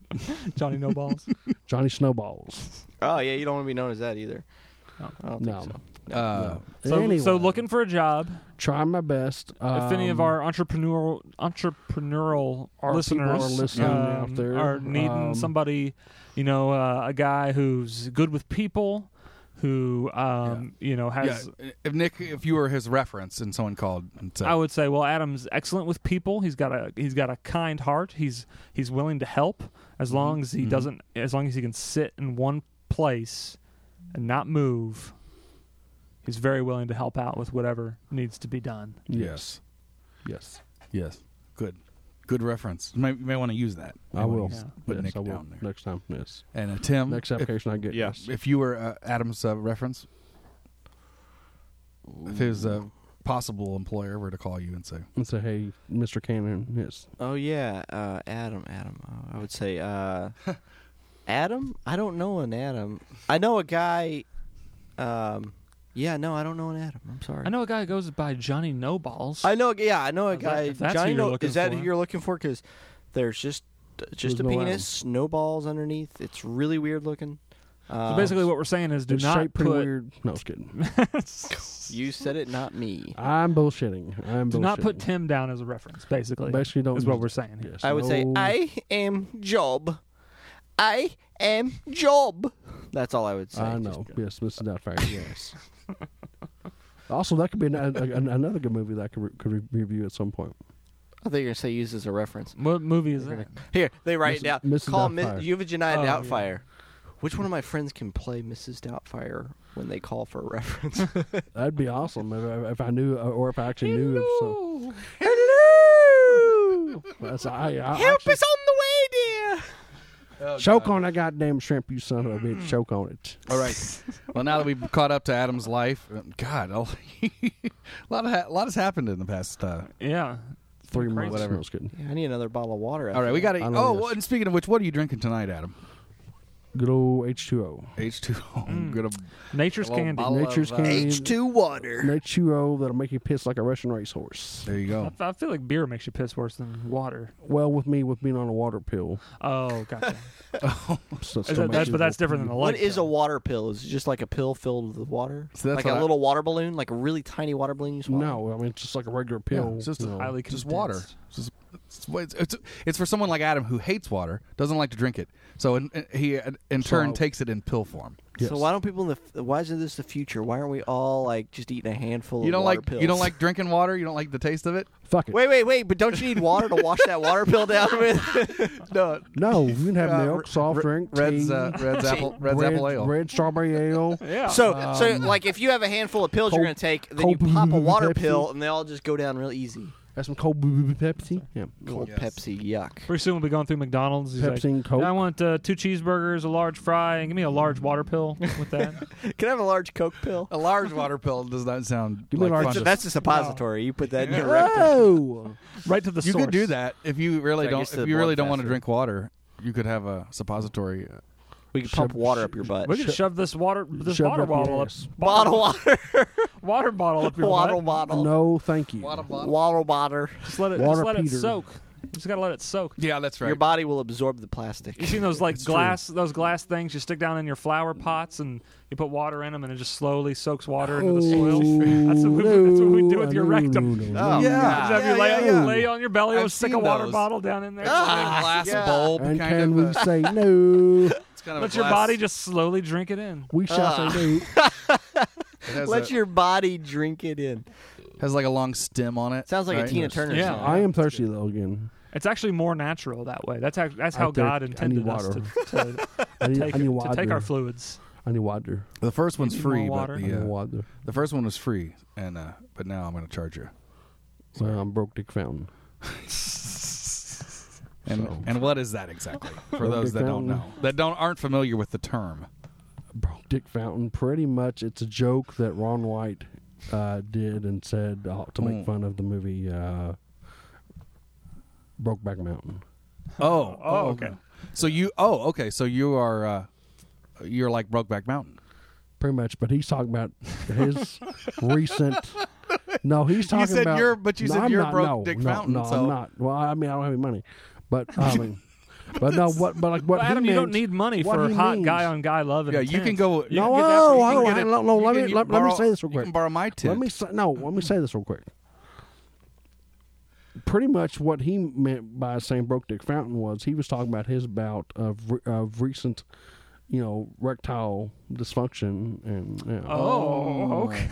Speaker 3: Johnny No Balls.
Speaker 2: Johnny Snowballs.
Speaker 4: Oh yeah, you don't want to be known as that either.
Speaker 3: No.
Speaker 4: I don't
Speaker 2: No.
Speaker 4: think so.
Speaker 1: Uh,
Speaker 3: So,
Speaker 2: anyway,
Speaker 3: so looking for a job.
Speaker 2: Try my best.
Speaker 3: if any of
Speaker 2: Um,
Speaker 3: our entrepreneurial entrepreneurial
Speaker 2: Our people are
Speaker 3: listeners
Speaker 2: listening out
Speaker 3: um,
Speaker 2: there,
Speaker 3: are needing
Speaker 2: um,
Speaker 3: somebody, you know, uh, a guy who's good with people, who um, you know
Speaker 1: yeah,
Speaker 3: has.
Speaker 1: if Nick, if you were his reference and someone called and said,
Speaker 3: I would say, well, Adam's excellent with people. He's got a he's got a kind heart. He's he's willing to help
Speaker 2: Mm-hmm.
Speaker 3: as long as he doesn't as long as he can sit in one place and not move. He's very willing to help out with whatever needs to be done.
Speaker 1: "Yes,
Speaker 2: yes,
Speaker 1: yes, good, good reference. You may, you may want to use that.
Speaker 2: I will.
Speaker 1: Use-
Speaker 3: Yeah.
Speaker 1: Put
Speaker 2: yes,
Speaker 1: Nick
Speaker 2: I will.
Speaker 1: down there.
Speaker 2: Next time, yes.
Speaker 1: And uh, Tim,
Speaker 2: Next
Speaker 1: if,
Speaker 2: application I get.
Speaker 1: yeah,
Speaker 2: yes.
Speaker 1: if you were uh, Adam's uh, reference, if his uh, possible employer were to call you and say,
Speaker 2: and say, "Hey, Mr. Cannon, yes,
Speaker 4: Oh yeah, uh, Adam. Adam. Oh, I would say uh, Adam. I don't know an Adam. I know a guy. Um, yeah, no, I don't know an Adam. I'm sorry.
Speaker 3: I know a guy who goes by Johnny No Balls.
Speaker 4: I know. Yeah, I know a
Speaker 3: If that-
Speaker 4: guy.
Speaker 3: if that's who
Speaker 4: Johnny
Speaker 3: you're
Speaker 4: No-
Speaker 3: looking
Speaker 4: is that
Speaker 3: for.
Speaker 4: who you're looking for? Because there's just just
Speaker 2: There's
Speaker 4: a
Speaker 2: no Adam.
Speaker 4: penis, snowballs underneath. It's really weird looking. Uh,
Speaker 3: So basically, what we're saying is do
Speaker 2: it's
Speaker 3: not
Speaker 2: shaped pretty
Speaker 3: put
Speaker 2: weird." No, just kidding.
Speaker 4: you said it, not me.
Speaker 2: I'm bullshitting. I'm
Speaker 3: do
Speaker 2: bullshitting.
Speaker 3: not put Tim down as a reference. Basically,
Speaker 2: Basically, don't
Speaker 3: is what
Speaker 2: use-
Speaker 3: we're saying here.
Speaker 2: Yes,
Speaker 4: I would say
Speaker 2: no-
Speaker 4: I am Job. I am Job. That's all I would say.
Speaker 2: I
Speaker 4: Just-
Speaker 2: know. Yes, Mrs. Doubtfire. Yes. also, that could be an, a, a- another good movie that I could, re- could re- review at some point.
Speaker 4: I thought you were gonna say use as a reference.
Speaker 3: What movie is that?
Speaker 4: Here, they write it
Speaker 2: Mrs.
Speaker 4: down.
Speaker 2: Mrs.
Speaker 4: Call
Speaker 2: Doubtfire.
Speaker 4: Mi- you have a Janine
Speaker 3: Oh, yeah.
Speaker 4: Doubtfire. Which one of my friends can play Mrs. Doubtfire when they call for a reference?
Speaker 2: That'd be awesome if, I- if I knew, uh, or if I actually knew of some.
Speaker 4: Hello,
Speaker 2: That's, I, I
Speaker 4: help
Speaker 2: actually-
Speaker 4: is on the way, dear.
Speaker 2: Choke on that goddamn shrimp, you son of a
Speaker 3: Mm.
Speaker 2: bitch. Choke on it.
Speaker 1: "All right, well, now that we've caught up to Adam's life, um, God, I'll- a lot of ha- a lot has happened in the past." Uh,
Speaker 3: Yeah,
Speaker 2: Three
Speaker 3: Crazy.
Speaker 2: months.
Speaker 1: Whatever.
Speaker 2: No, just kidding.
Speaker 4: Yeah, I need another bottle of water.
Speaker 1: all right, we got to.
Speaker 2: I know
Speaker 1: Oh,
Speaker 2: this.
Speaker 1: well, and speaking of which, what are you drinking tonight, Adam?
Speaker 2: Good old H2O.
Speaker 1: H two O. Good. old-
Speaker 3: Nature's
Speaker 1: Hello,
Speaker 3: Candy.
Speaker 1: Bala.
Speaker 2: Nature's
Speaker 1: uh,
Speaker 2: Candy.
Speaker 4: Two water.
Speaker 2: H2O that'll make you piss like a Russian racehorse.
Speaker 1: There you go.
Speaker 3: I feel like beer makes you piss worse than water.
Speaker 2: Well, with me, with being on a water pill.
Speaker 3: Oh, gotcha.
Speaker 2: So it
Speaker 3: Is
Speaker 2: still makes
Speaker 3: that, that's,
Speaker 2: you
Speaker 3: but that's
Speaker 2: go-
Speaker 3: different than the
Speaker 4: What
Speaker 3: light.
Speaker 4: is a water pill? Is it just like a pill filled with water?
Speaker 1: So that's
Speaker 4: like
Speaker 1: what
Speaker 4: a
Speaker 1: I-
Speaker 4: little water balloon, like a really tiny water balloon you swallow?
Speaker 2: No, I mean, it's just like a regular pill.
Speaker 1: Yeah, it's just
Speaker 2: you
Speaker 1: a-
Speaker 2: know.
Speaker 3: highly
Speaker 1: just water.
Speaker 3: condensed.
Speaker 1: It's just- it's, it's, it's, it's for someone like Adam who hates water, doesn't like to drink it. So in, in- he in turn
Speaker 2: So-
Speaker 1: takes it in pill form.
Speaker 2: Yes.
Speaker 4: So why don't people in the why isn't this the future? Why aren't we all like just eating a handful
Speaker 1: You
Speaker 4: of
Speaker 1: don't
Speaker 4: water
Speaker 1: like
Speaker 4: pills?
Speaker 1: you don't like drinking water. You don't like the taste of it.
Speaker 2: Fuck it.
Speaker 4: Wait, wait, wait, but don't you need water to wash that water pill down with?
Speaker 1: No,
Speaker 2: No, you can have
Speaker 1: Uh,
Speaker 2: milk,
Speaker 1: re-
Speaker 2: soft
Speaker 1: re-
Speaker 2: drink,
Speaker 1: Red's
Speaker 2: tea,
Speaker 1: uh, Red's apple Red's
Speaker 2: red,
Speaker 1: apple ale.
Speaker 2: red strawberry ale.
Speaker 3: yeah.
Speaker 4: So so like if you have a handful of pills
Speaker 2: Cold-
Speaker 4: you're gonna take, then you
Speaker 2: cold
Speaker 4: pop a water
Speaker 2: Pepsi.
Speaker 4: pill and they all just go down real easy.
Speaker 2: That's some cold boo- boo- boo- Pepsi.
Speaker 4: Yeah, cold
Speaker 1: Yes.
Speaker 4: Pepsi, yuck.
Speaker 3: Pretty soon we'll be going through McDonald's. He's
Speaker 2: Pepsi
Speaker 3: like,
Speaker 2: and Coke.
Speaker 3: I want uh, two cheeseburgers, a large fry, and give me a large water pill with that.
Speaker 4: Can I have a large Coke pill?
Speaker 1: A large water pill does not sound.
Speaker 2: Give me a
Speaker 1: like
Speaker 2: large-
Speaker 1: fun
Speaker 2: It's
Speaker 1: to-
Speaker 4: That's a suppository. You put that in your rectum.
Speaker 2: Whoa!
Speaker 3: right to the
Speaker 1: you
Speaker 3: source.
Speaker 1: could do that if you really
Speaker 4: I
Speaker 1: don't.
Speaker 4: guess the
Speaker 1: If you really
Speaker 4: blood
Speaker 1: don't want to
Speaker 4: faster.
Speaker 1: drink water, you could have a suppository. uh,
Speaker 4: We could pump
Speaker 2: Shove-
Speaker 4: water up your butt.
Speaker 3: We could shove this water, this
Speaker 2: Shove
Speaker 3: water
Speaker 2: up your
Speaker 3: bottle up,
Speaker 2: ass.
Speaker 4: Bottle water.
Speaker 3: water bottle up your
Speaker 4: Waddle
Speaker 3: butt.
Speaker 4: bottle.
Speaker 2: No, thank you.
Speaker 4: Waddle water.
Speaker 3: Just let it,
Speaker 2: Water
Speaker 3: just let it
Speaker 2: Peter.
Speaker 3: soak. You just gotta let it soak.
Speaker 1: Yeah, that's right.
Speaker 4: Your body will absorb the plastic.
Speaker 3: You seen those like glass, those glass things you stick down in your flower pots, and you put water in them, and it just slowly soaks water into the soil. That's what we, that's what we do with your
Speaker 2: Oh, no, no,
Speaker 3: rectum. Ah,
Speaker 2: no, no, no.
Speaker 4: Oh,
Speaker 1: Yeah.
Speaker 4: God.
Speaker 3: Just have you
Speaker 1: Yeah,
Speaker 3: lay,
Speaker 1: yeah, yeah.
Speaker 3: lay on your belly,
Speaker 1: I've
Speaker 3: and stick a
Speaker 1: seen
Speaker 3: water
Speaker 1: those. Ah,
Speaker 3: bottle down in there.
Speaker 1: It's like a glass
Speaker 4: yeah.
Speaker 1: bulb
Speaker 2: And
Speaker 1: kind
Speaker 2: can
Speaker 1: of.
Speaker 2: we
Speaker 1: uh,
Speaker 2: say no?
Speaker 1: it's kind of a
Speaker 3: Let your
Speaker 1: glass-
Speaker 3: body just slowly drink it in.
Speaker 2: We shall say no.
Speaker 1: it has
Speaker 4: Let
Speaker 1: a-
Speaker 4: your body drink it in.
Speaker 1: has like a long stem on it.
Speaker 4: Sounds like a
Speaker 1: right?
Speaker 4: Tina Turner
Speaker 3: Yeah.
Speaker 4: song.
Speaker 2: I am thirsty though again.
Speaker 3: It's actually more natural that way. That's act- that's
Speaker 2: I
Speaker 3: how
Speaker 2: think
Speaker 3: God
Speaker 2: I need
Speaker 3: intended us to,
Speaker 2: water.
Speaker 3: to,
Speaker 2: I need,
Speaker 3: take,
Speaker 2: I need
Speaker 3: to
Speaker 2: water.
Speaker 3: take our fluids.
Speaker 2: I need water.
Speaker 1: The first one's
Speaker 3: need more
Speaker 1: free, but
Speaker 3: water?
Speaker 2: I need
Speaker 1: the, uh,
Speaker 2: water.
Speaker 1: the first one was free, and uh, but now I'm going to charge you.
Speaker 2: So Uh, I'm broke dick fountain.
Speaker 1: And
Speaker 2: So-
Speaker 1: and what is that exactly? For
Speaker 2: Broke
Speaker 1: those
Speaker 2: dick
Speaker 1: that don't
Speaker 2: fountain.
Speaker 1: know, that don't aren't familiar with the term.
Speaker 2: Broke dick fountain. Pretty much, it's a joke that Ron White uh, did and said uh, to make
Speaker 1: Mm.
Speaker 2: fun of the movie uh, Brokeback Mountain.
Speaker 1: Oh,
Speaker 3: Oh, okay.
Speaker 1: So you, oh, okay. So you are, uh, you're like Brokeback Mountain.
Speaker 2: Pretty much, but he's talking about his recent. No, he's talking
Speaker 1: said
Speaker 2: about.
Speaker 1: you're- but you
Speaker 2: no,
Speaker 1: said
Speaker 2: I'm
Speaker 1: you're
Speaker 2: not,
Speaker 1: broke
Speaker 2: no,
Speaker 1: dick
Speaker 2: no,
Speaker 1: fountain,
Speaker 2: No,
Speaker 1: so-
Speaker 2: I'm not. Well, I mean, I don't have any money, but I mean, but no, what? But like what?
Speaker 3: But
Speaker 2: he
Speaker 3: Adam, you don't
Speaker 2: meant-
Speaker 3: need money
Speaker 2: what
Speaker 3: for
Speaker 2: he
Speaker 3: hot
Speaker 2: means-
Speaker 3: guy on guy love. And
Speaker 1: Yeah, you can
Speaker 3: intent.
Speaker 1: go.
Speaker 3: You
Speaker 2: No,
Speaker 3: can get that for-
Speaker 2: oh,
Speaker 3: you
Speaker 2: I
Speaker 3: can
Speaker 2: don't- I
Speaker 3: get it-
Speaker 2: don't know.
Speaker 1: you
Speaker 2: Let
Speaker 1: can-
Speaker 2: me
Speaker 1: you
Speaker 2: let, let
Speaker 1: borrow-
Speaker 2: me say this real
Speaker 1: you
Speaker 2: quick.
Speaker 1: can borrow my tip.
Speaker 2: Let me say, no. Let me say this real quick. Pretty much what he meant by saying broke dick fountain was he was talking about his bout of re- of recent, you know, rectile dysfunction and you know,
Speaker 3: Oh, okay.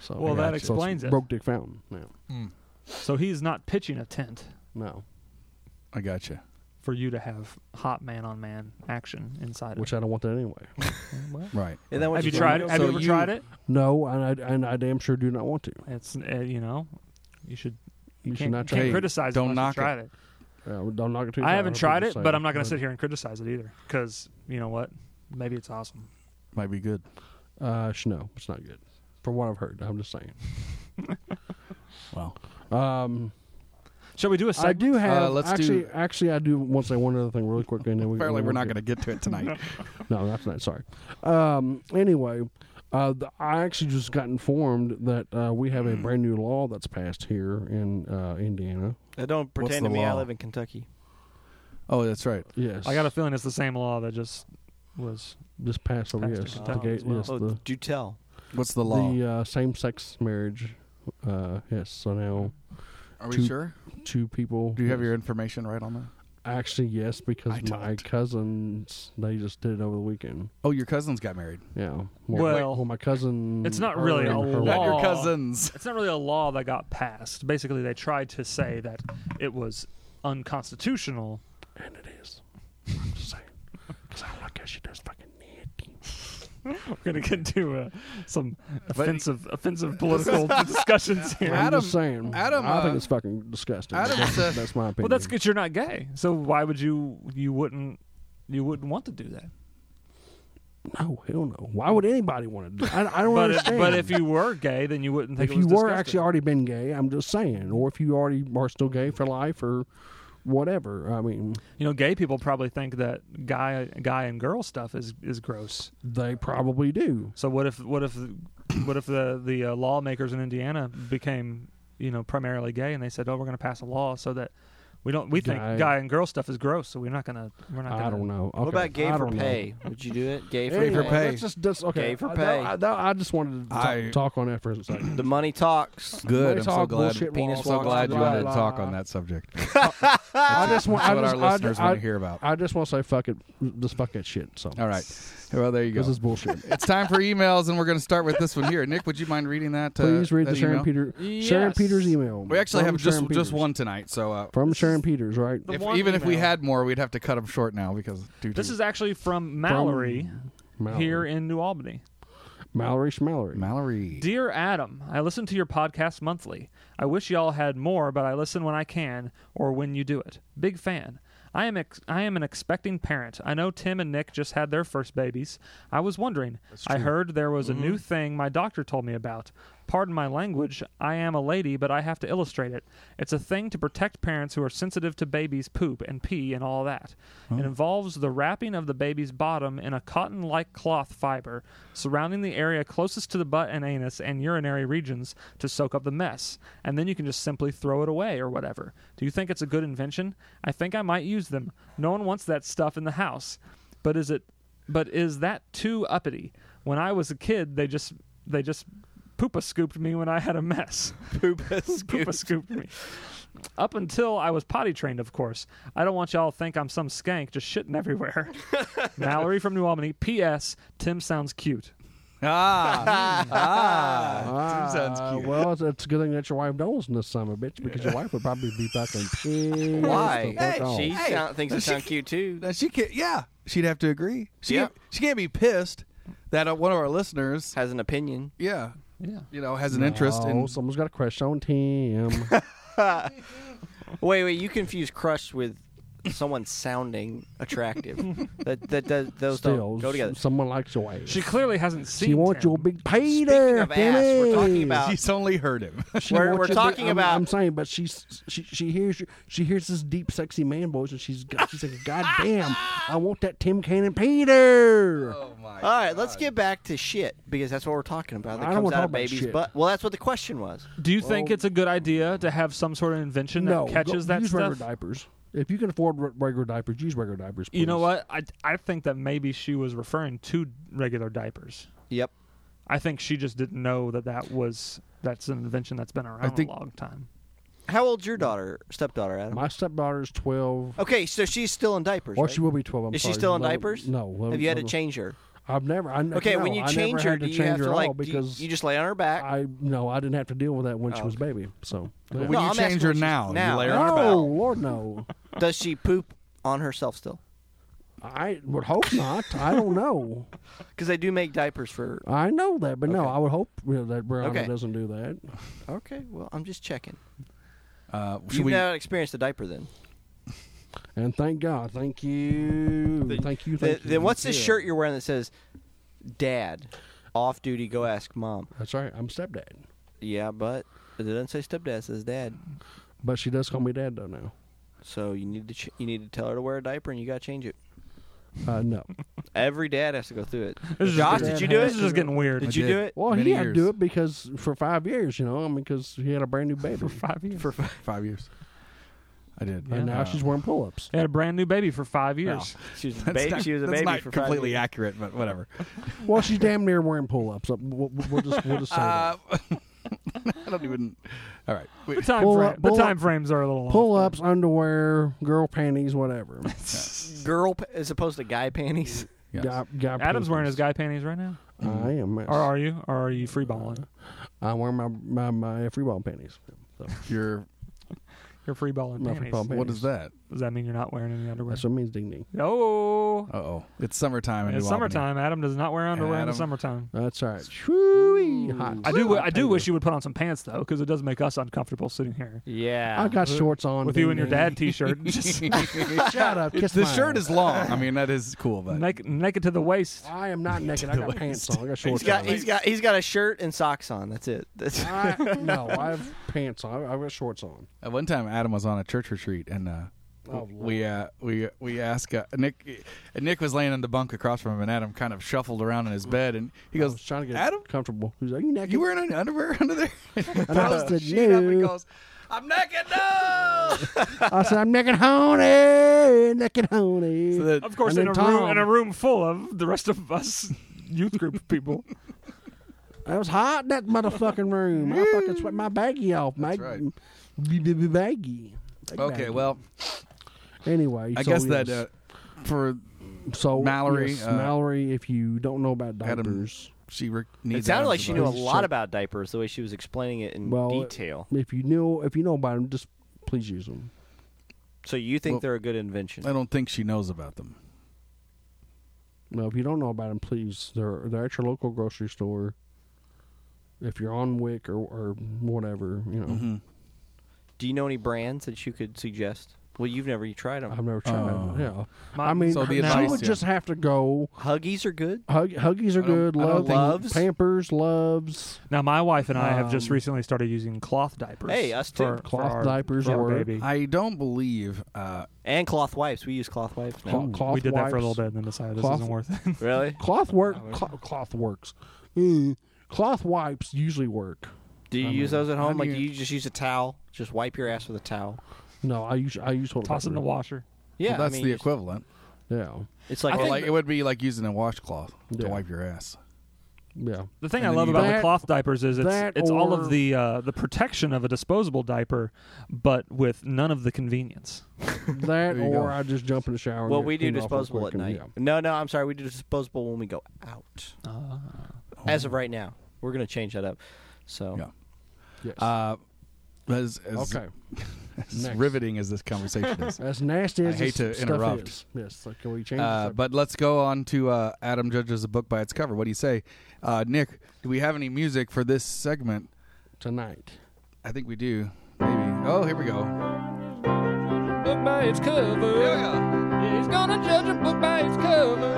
Speaker 2: so,
Speaker 3: well, that
Speaker 2: so it's
Speaker 3: explains it.
Speaker 2: Broke dick fountain. Yeah.
Speaker 3: So he's not pitching a tent
Speaker 2: No,
Speaker 1: I got you.
Speaker 3: for you to have hot man on man action inside.
Speaker 2: which I don't want that anyway.
Speaker 3: of
Speaker 1: Right.
Speaker 4: And then
Speaker 3: Have
Speaker 4: once
Speaker 3: you
Speaker 4: get-
Speaker 3: tried it? Have
Speaker 1: So
Speaker 3: you ever
Speaker 1: you-
Speaker 3: tried it?
Speaker 2: No, and I and I damn sure do not want to.
Speaker 3: It's uh, you know, you should.
Speaker 2: You should
Speaker 3: can't,
Speaker 2: not
Speaker 3: can't
Speaker 2: try.
Speaker 1: Hey,
Speaker 3: criticize.
Speaker 1: don't
Speaker 3: unless
Speaker 1: knock it.
Speaker 3: you tried it.
Speaker 2: Uh, don't knock it Uh, too
Speaker 3: I
Speaker 2: far.
Speaker 3: haven't
Speaker 2: I've
Speaker 3: tried
Speaker 2: heard
Speaker 3: it,
Speaker 2: say
Speaker 3: but I'm not going
Speaker 2: but,
Speaker 3: to sit here and criticize it either. Because you know what? Maybe it's awesome.
Speaker 1: Might be good.
Speaker 2: Uh, sh- no, it's not good. From what I've heard, I'm just saying.
Speaker 1: Wow.
Speaker 2: Um,
Speaker 3: Shall we do a
Speaker 2: I
Speaker 3: segment?
Speaker 2: do have.
Speaker 1: uh, let's
Speaker 2: actually,
Speaker 1: do-
Speaker 2: actually, I do want to say one other thing really quick. And then we,
Speaker 1: Apparently,
Speaker 2: we-
Speaker 1: we're not going to get to it tonight.
Speaker 2: No, that's not. Sorry. Um, anyway, uh, the, I actually just got informed that uh, we have a
Speaker 1: Hmm.
Speaker 2: brand new law that's passed here in uh, Indiana.
Speaker 4: Uh, don't pretend
Speaker 1: the
Speaker 4: to me I
Speaker 1: law?
Speaker 4: live in Kentucky.
Speaker 1: oh, that's right.
Speaker 2: Yes,
Speaker 3: I got a feeling it's the same law that just was.
Speaker 2: this passed over.
Speaker 3: Passed in
Speaker 2: Yes, the,
Speaker 3: Kentucky
Speaker 2: gay-
Speaker 3: as well.
Speaker 2: yes,
Speaker 4: Oh,
Speaker 2: the,
Speaker 4: do tell.
Speaker 1: What's the law?
Speaker 2: the uh, same-sex marriage. Uh, yes. So now
Speaker 1: Are we
Speaker 2: two-
Speaker 1: sure?
Speaker 2: two people.
Speaker 1: Do you have your information right on that?
Speaker 2: Actually, yes, because
Speaker 1: I
Speaker 2: my
Speaker 1: don't.
Speaker 2: cousins they just did it over the weekend.
Speaker 1: Oh, your cousins got married.
Speaker 2: Yeah.
Speaker 3: Well,
Speaker 2: well, my cousin.
Speaker 3: it's not
Speaker 2: her
Speaker 3: really
Speaker 2: and
Speaker 3: a
Speaker 2: her
Speaker 1: Not your
Speaker 3: Law.
Speaker 1: cousins.
Speaker 3: It's not really a law that got passed. Basically, they tried to say that it was unconstitutional.
Speaker 2: And it is. I'm just saying. Because I look at she does fucking need.
Speaker 3: We're gonna get to uh, some offensive, offensive political discussions here.
Speaker 2: I'm
Speaker 1: Adam-
Speaker 2: just saying.
Speaker 1: Adam,
Speaker 2: I think
Speaker 1: uh,
Speaker 2: it's fucking disgusting.
Speaker 1: Adam
Speaker 2: that's,
Speaker 1: said-
Speaker 2: that's my opinion.
Speaker 3: Well, that's because you're not gay. So why would you? You wouldn't. You wouldn't want to do that.
Speaker 2: No, hell no. Why would anybody want to do I, I don't
Speaker 3: But if,
Speaker 2: understand.
Speaker 3: but if you were gay, then you wouldn't think
Speaker 2: If
Speaker 3: it
Speaker 2: you
Speaker 3: was
Speaker 2: were
Speaker 3: disgusting.
Speaker 2: actually already been gay, I'm just saying. Or if you already are still gay for life or whatever. I mean,
Speaker 3: you know, gay people probably think that guy, guy and girl stuff is is gross.
Speaker 2: they probably do.
Speaker 3: So what if what if what if the the uh, lawmakers in Indiana became you know primarily gay and they said, oh, we're going to pass a law so that we don't we
Speaker 2: Guy-
Speaker 3: think guy and girl stuff is gross, so we're not gonna we're not gonna.
Speaker 2: I don't know. Okay,
Speaker 4: What about gay
Speaker 2: I
Speaker 4: for
Speaker 2: don't know.
Speaker 4: pay? Would you do it? Gay for
Speaker 1: Gay for
Speaker 4: pay.
Speaker 1: pay.
Speaker 2: That's just that's okay.
Speaker 4: Gay for
Speaker 2: I-
Speaker 4: pay.
Speaker 2: I, I- I just wanted to talk,
Speaker 1: I-
Speaker 2: talk on that for a second.
Speaker 4: The money talks.
Speaker 1: Good. I'm
Speaker 2: Let's
Speaker 1: so
Speaker 2: talk
Speaker 1: glad.
Speaker 2: bullshit
Speaker 4: Penis
Speaker 2: walks,
Speaker 1: so glad you
Speaker 2: blah,
Speaker 1: wanted to
Speaker 2: blah,
Speaker 1: talk
Speaker 2: blah.
Speaker 1: on that subject. That's
Speaker 2: I just want. I
Speaker 1: what
Speaker 2: just,
Speaker 1: our
Speaker 2: I-
Speaker 1: listeners
Speaker 2: I,
Speaker 1: want to hear about.
Speaker 2: I just want to say fuck it. Just fuck that shit. So
Speaker 1: All right. Well, there you go.
Speaker 2: this is bullshit.
Speaker 1: It's time for emails, and we're going to start with this one here. Nick, would you mind reading that? uh,
Speaker 2: Please read
Speaker 1: that
Speaker 2: the Sharon
Speaker 1: email?
Speaker 2: Peter Sharon
Speaker 3: Yes.
Speaker 2: Peters email.
Speaker 1: We actually
Speaker 2: From
Speaker 1: have just
Speaker 2: Sharon
Speaker 1: just
Speaker 2: Peters.
Speaker 1: one tonight, so uh,
Speaker 2: from Sharon Peters, right?
Speaker 3: The
Speaker 1: if,
Speaker 3: one
Speaker 1: even if we
Speaker 3: email.
Speaker 1: had more, we'd have to cut them short now because due to
Speaker 3: This is actually from Mallory
Speaker 2: Mallory.
Speaker 3: here in New Albany.
Speaker 2: Mallory Schmallory.
Speaker 1: Mallory.
Speaker 3: Dear Adam, I listen to your podcast monthly. I wish y'all had more, but I listen when I can or when you do it. Big fan. I am ex- I am an expecting parent. I know Tim and Nick just had their first babies. I was wondering. I heard there was a new thing my doctor told me about. Pardon my language. I am a lady, but I have to illustrate it. It's a thing to protect parents who are sensitive to babies' poop and pee and all that. It involves the wrapping of the baby's bottom in a cotton like cloth fiber surrounding the area closest to the butt and anus and urinary regions to soak up the mess, and then you can just simply throw it away or whatever. Do you think it's a good invention? I think I might use them. No one wants that stuff in the house. But is it but is that too uppity? When I was a kid, they just they just poopa scooped me when I had a mess. Poopa scooped me. Up until I was potty trained, of course. I don't want y'all to think I'm some skank just shitting everywhere. Mallory from New Albany. P.S. Tim sounds cute.
Speaker 1: Ah, ah,
Speaker 2: Ah,
Speaker 1: Tim sounds cute.
Speaker 2: Well, it's, it's a good thing that your wife don't listen this summer, bitch, because your wife would probably be fucking pissed.
Speaker 4: Why?
Speaker 2: the fuck off.
Speaker 4: she
Speaker 1: Hey.
Speaker 4: sound, thinks I sound cute too.
Speaker 1: Now she can't. Yeah, she'd have to agree. She
Speaker 4: Yeah.
Speaker 1: can't, she can't be pissed that uh, one of our listeners.
Speaker 4: Has an opinion.
Speaker 1: Yeah,
Speaker 3: Yeah.
Speaker 1: you know, has an interest
Speaker 2: Oh,
Speaker 1: in.
Speaker 2: someone's got a crush on Tim.
Speaker 4: Wait, wait. You confuse crush with someone sounding attractive. that, that that those
Speaker 2: Still,
Speaker 4: don't go together.
Speaker 2: s- someone likes your ass.
Speaker 3: She clearly hasn't seen
Speaker 2: She wants
Speaker 3: Tim.
Speaker 2: your big
Speaker 4: Speaking
Speaker 2: payday.
Speaker 4: of ass, we're talking about
Speaker 1: She's only heard him.
Speaker 2: She
Speaker 4: We're-
Speaker 2: wants
Speaker 4: we're
Speaker 2: your big-
Speaker 4: talking
Speaker 2: I'm-
Speaker 4: about-
Speaker 2: I'm saying, but she's she she hears you- she hears this deep, sexy man voice, and she's got, she's like, God damn, I want that Tim Cannon Peter.
Speaker 4: All right, let's get back to shit because that's what we're talking about.
Speaker 2: I
Speaker 4: That
Speaker 2: don't
Speaker 4: comes
Speaker 2: wanna
Speaker 4: out
Speaker 2: talk
Speaker 4: of
Speaker 2: about
Speaker 4: baby's
Speaker 2: shit.
Speaker 4: butt. Well, that's what the question was.
Speaker 3: Do you think it's a good idea to have some sort of invention
Speaker 2: no,
Speaker 3: that
Speaker 2: go-
Speaker 3: catches that
Speaker 2: use
Speaker 3: stuff?
Speaker 2: regular diapers. If you can afford re- regular diapers, use regular diapers.
Speaker 3: You know
Speaker 2: please.
Speaker 3: what? I I think that maybe she was referring to regular diapers.
Speaker 4: Yep.
Speaker 3: I think she just didn't know that that was that's an invention that's been around
Speaker 1: think-
Speaker 3: a long time.
Speaker 4: How old's your daughter, stepdaughter, Adam?
Speaker 2: My stepdaughter's twelve,
Speaker 4: okay, so she's still in diapers.
Speaker 2: or
Speaker 4: right?
Speaker 2: she will be twelve. I'm
Speaker 4: Is she
Speaker 2: sorry.
Speaker 4: still in
Speaker 2: No,
Speaker 4: diapers?
Speaker 2: No.
Speaker 4: Have you had to
Speaker 2: no.
Speaker 4: change her?
Speaker 2: I've never. I ne-
Speaker 4: Okay,
Speaker 2: no,
Speaker 4: when you
Speaker 2: I never
Speaker 4: change her,
Speaker 2: had
Speaker 4: do
Speaker 2: to
Speaker 4: you
Speaker 2: change
Speaker 4: have
Speaker 2: her at
Speaker 4: to
Speaker 2: all
Speaker 4: like? do you-
Speaker 2: because
Speaker 4: you, just lay on her back? Oh.
Speaker 2: I no, I didn't have to deal with that when she was baby. So
Speaker 1: When
Speaker 4: No,
Speaker 1: you
Speaker 4: I'm
Speaker 1: change
Speaker 4: asking
Speaker 1: her
Speaker 4: what she's-
Speaker 1: now, you
Speaker 4: now.
Speaker 1: lay her on
Speaker 2: no,
Speaker 1: her back.
Speaker 2: Lord no.
Speaker 4: Does she poop on herself still?
Speaker 2: I would hope not. I don't know.
Speaker 4: Because they do make diapers for.
Speaker 2: I know that, but no, I would hope you know, that Brianna
Speaker 4: Okay.
Speaker 2: doesn't do that.
Speaker 4: Okay, well, I'm just checking.
Speaker 1: Uh, should
Speaker 4: You've
Speaker 1: we?
Speaker 4: not experienced a diaper then.
Speaker 2: And thank God, thank you, thank you,
Speaker 4: Then,
Speaker 2: thank you.
Speaker 4: then what's this shirt you're wearing that says, "Dad, off duty, go ask mom"?
Speaker 2: That's right. I'm stepdad,
Speaker 4: Yeah, but it doesn't say stepdad; it says dad.
Speaker 2: but she does call me dad though now.
Speaker 4: So you need to ch- you need to tell her to wear a diaper, and you got to change it.
Speaker 2: Uh, no.
Speaker 4: Every dad has to go through it.
Speaker 3: This is
Speaker 4: Josh,
Speaker 3: just getting-
Speaker 4: did you do
Speaker 3: This is
Speaker 4: it?
Speaker 3: just getting weird.
Speaker 4: Did you
Speaker 1: did.
Speaker 4: do it?
Speaker 2: Well,
Speaker 1: Many
Speaker 2: he had
Speaker 1: years.
Speaker 2: to do it because for five years, you know, I mean, because he had a brand new baby,
Speaker 3: five years.
Speaker 4: For
Speaker 1: Five years. I did.
Speaker 2: and now
Speaker 1: Uh,
Speaker 2: she's wearing pull-ups.
Speaker 3: They had a brand new baby for five years.
Speaker 4: she was,
Speaker 1: that's
Speaker 4: ba-
Speaker 1: not-
Speaker 4: she was a
Speaker 1: that's
Speaker 4: baby
Speaker 1: not
Speaker 4: for five
Speaker 1: completely
Speaker 4: years.
Speaker 1: accurate, but whatever.
Speaker 2: Well, she's damn near wearing pull-ups. Uh, We'll, we'll just we'll just say that.
Speaker 1: Uh, I don't even. All right. Wait,
Speaker 3: The time
Speaker 2: Pull
Speaker 3: frame,
Speaker 2: up- pull
Speaker 3: the
Speaker 2: up-
Speaker 3: time frames are a
Speaker 4: Uh,
Speaker 3: little off.
Speaker 2: pull-ups, underwear, girl panties, whatever.
Speaker 4: Girl pa- as opposed to guy panties.
Speaker 1: yes.
Speaker 2: Guy- guy
Speaker 3: Adam's wearing his
Speaker 2: panties.
Speaker 3: guy panties right now.
Speaker 2: I am.
Speaker 3: Or are you? Or are you freeballing?
Speaker 2: I'm wearing my my, my free ball panties. So,
Speaker 1: Your
Speaker 3: You're freeballing
Speaker 2: my free
Speaker 3: panties.
Speaker 2: ball
Speaker 1: what is that?
Speaker 3: Does that mean you're not wearing any underwear?
Speaker 2: That's what it means, ding ding.
Speaker 3: Oh,
Speaker 1: Uh oh. It's summertime. in
Speaker 3: it's
Speaker 1: New Albany.
Speaker 3: summertime. Adam does not wear underwear in the
Speaker 1: Adam.
Speaker 3: summertime.
Speaker 2: That's all right. Shwee, hot.
Speaker 3: I do. I do wish you would put on some pants though, because it does make us uncomfortable sitting here
Speaker 4: Yeah,
Speaker 2: I got shorts on
Speaker 3: with you
Speaker 2: ding,
Speaker 3: and your
Speaker 2: ding.
Speaker 3: dad T-shirt, just
Speaker 2: Shut up. Kiss
Speaker 1: The
Speaker 2: my
Speaker 1: shirt
Speaker 2: ass.
Speaker 1: is long. I mean, that is cool, but
Speaker 3: naked, naked to the waist.
Speaker 2: I am not naked. I got pants on. I got shorts
Speaker 4: He's got
Speaker 2: on.
Speaker 4: he's got he's got a shirt and socks on. That's it. That's
Speaker 2: I, no, I have pants on. I- I've got shorts on.
Speaker 1: At one time, Adam was on a church retreat, and uh,
Speaker 2: Oh,
Speaker 1: we uh, we we asked uh, Nick. uh, Nick was laying on the bunk across from him, and Adam kind of shuffled around in his bed, and he
Speaker 2: I
Speaker 1: goes,
Speaker 2: was trying to get
Speaker 1: Adam,
Speaker 2: comfortable. He's like, you naked?
Speaker 1: you wearing any underwear under there?" and
Speaker 2: I said, "No."
Speaker 1: goes, "I'm naked, no."
Speaker 2: I said, I'm naked, honey. Naked, honey.
Speaker 1: So that-
Speaker 3: Of course,
Speaker 2: And
Speaker 3: in a
Speaker 2: then
Speaker 3: room
Speaker 2: Tom.
Speaker 3: in a room full of the rest of us youth group people.
Speaker 2: I was hot in that motherfucking room. I fucking sweat my baggie off, mate.
Speaker 1: right.
Speaker 2: B- b- b- Baggie. Big
Speaker 1: okay,
Speaker 2: baggie.
Speaker 1: well,
Speaker 2: Anyway,
Speaker 1: I
Speaker 2: so
Speaker 1: guess
Speaker 2: yes.
Speaker 1: that uh, for
Speaker 2: so
Speaker 1: Mallory,
Speaker 2: yes,
Speaker 1: uh,
Speaker 2: Mallory, if you don't know about
Speaker 1: Adam-
Speaker 2: diapers,
Speaker 1: she re-
Speaker 4: It
Speaker 1: needs.
Speaker 4: sounded like
Speaker 1: Adam's
Speaker 4: she knew a
Speaker 1: advice.
Speaker 4: lot about diapers the way she was explaining it in
Speaker 2: Well,
Speaker 4: detail.
Speaker 2: if you know if you know about them, just please use them.
Speaker 4: So you think
Speaker 1: Well-
Speaker 4: they're a good invention?
Speaker 1: I don't think she knows about them.
Speaker 2: Well, if you don't know about them, please they're they're at your local grocery store. If you're on Wick or or whatever, you know,
Speaker 1: Mm-hmm.
Speaker 4: Do you know any brands that you could suggest? Well, you've never you tried them.
Speaker 2: I've never tried.
Speaker 1: Oh.
Speaker 2: Yeah,
Speaker 3: My-
Speaker 2: I mean,
Speaker 1: So the
Speaker 2: she
Speaker 1: advice,
Speaker 2: would
Speaker 1: yeah.
Speaker 2: just have to go.
Speaker 4: Huggies are good.
Speaker 2: Hug, huggies are
Speaker 1: I don't-
Speaker 2: good.
Speaker 1: I don't
Speaker 2: Love
Speaker 1: think-
Speaker 4: Loves?
Speaker 2: Pampers, loves
Speaker 3: Now, my wife and I have just
Speaker 2: Um,
Speaker 3: recently started using cloth diapers.
Speaker 4: Hey, us too.
Speaker 3: for, for
Speaker 2: Cloth
Speaker 3: our-
Speaker 2: diapers
Speaker 3: for our
Speaker 2: work.
Speaker 3: baby.
Speaker 1: I don't believe. Uh,
Speaker 4: And cloth wipes. We use cloth wipes now.
Speaker 1: Oh,
Speaker 2: cloth, cloth
Speaker 3: we did that for a
Speaker 2: wipes.
Speaker 3: little bit and then decided this
Speaker 2: Cloth-
Speaker 3: isn't worth it.
Speaker 4: Really?
Speaker 2: Cloth work.
Speaker 3: Oh,
Speaker 2: Cl- cloth works. Mm. Cloth wipes usually work.
Speaker 4: Do you use those at home?
Speaker 1: do
Speaker 4: Like,
Speaker 1: you-
Speaker 4: do you just use a towel? Just wipe your ass with a towel?
Speaker 2: No, I use I use toilet
Speaker 3: Toss it in the
Speaker 2: paper.
Speaker 3: washer.
Speaker 4: Yeah,
Speaker 1: well, that's
Speaker 4: I mean,
Speaker 1: the
Speaker 4: you just-
Speaker 1: equivalent.
Speaker 2: Yeah,
Speaker 4: It's like,
Speaker 1: or like it would be like using a washcloth
Speaker 2: Yeah.
Speaker 1: to wipe your ass.
Speaker 2: yeah.
Speaker 3: The thing
Speaker 1: And
Speaker 3: I
Speaker 1: then
Speaker 3: love
Speaker 1: you-
Speaker 3: about
Speaker 2: That-
Speaker 3: the cloth diapers is it's
Speaker 2: that
Speaker 3: it's all
Speaker 2: or-
Speaker 3: of the uh, the protection of a disposable diaper, but with none of the convenience.
Speaker 2: That
Speaker 1: There you
Speaker 2: or
Speaker 1: go.
Speaker 2: I just jump in the shower. and
Speaker 4: well,
Speaker 2: get
Speaker 4: we do
Speaker 2: cleaned off real
Speaker 4: disposable
Speaker 2: quick
Speaker 4: at
Speaker 2: and-
Speaker 4: night.
Speaker 2: yeah.
Speaker 4: No, no, I'm sorry. We do disposable when we go out.
Speaker 2: Ah.
Speaker 4: As of right now, we're gonna change that up.
Speaker 2: Oh.
Speaker 4: So
Speaker 1: Yeah.
Speaker 2: Yes.
Speaker 1: Uh, as as,
Speaker 2: okay.
Speaker 1: as
Speaker 2: Next.
Speaker 1: riveting as this conversation is,
Speaker 2: As nasty
Speaker 1: I
Speaker 2: as
Speaker 1: hate
Speaker 2: this
Speaker 1: to
Speaker 2: stuff
Speaker 1: interrupt.
Speaker 2: is. Yes. Like, can we change?
Speaker 1: uh,
Speaker 2: the
Speaker 1: but let's go on to uh, Adam judges a book by its cover. What do you say, uh, Nick? Do we have any music for this segment?
Speaker 2: subject tonight.
Speaker 1: I think we do. Maybe. Oh, here we go.
Speaker 6: book by its cover. He's gonna judge a book by its cover.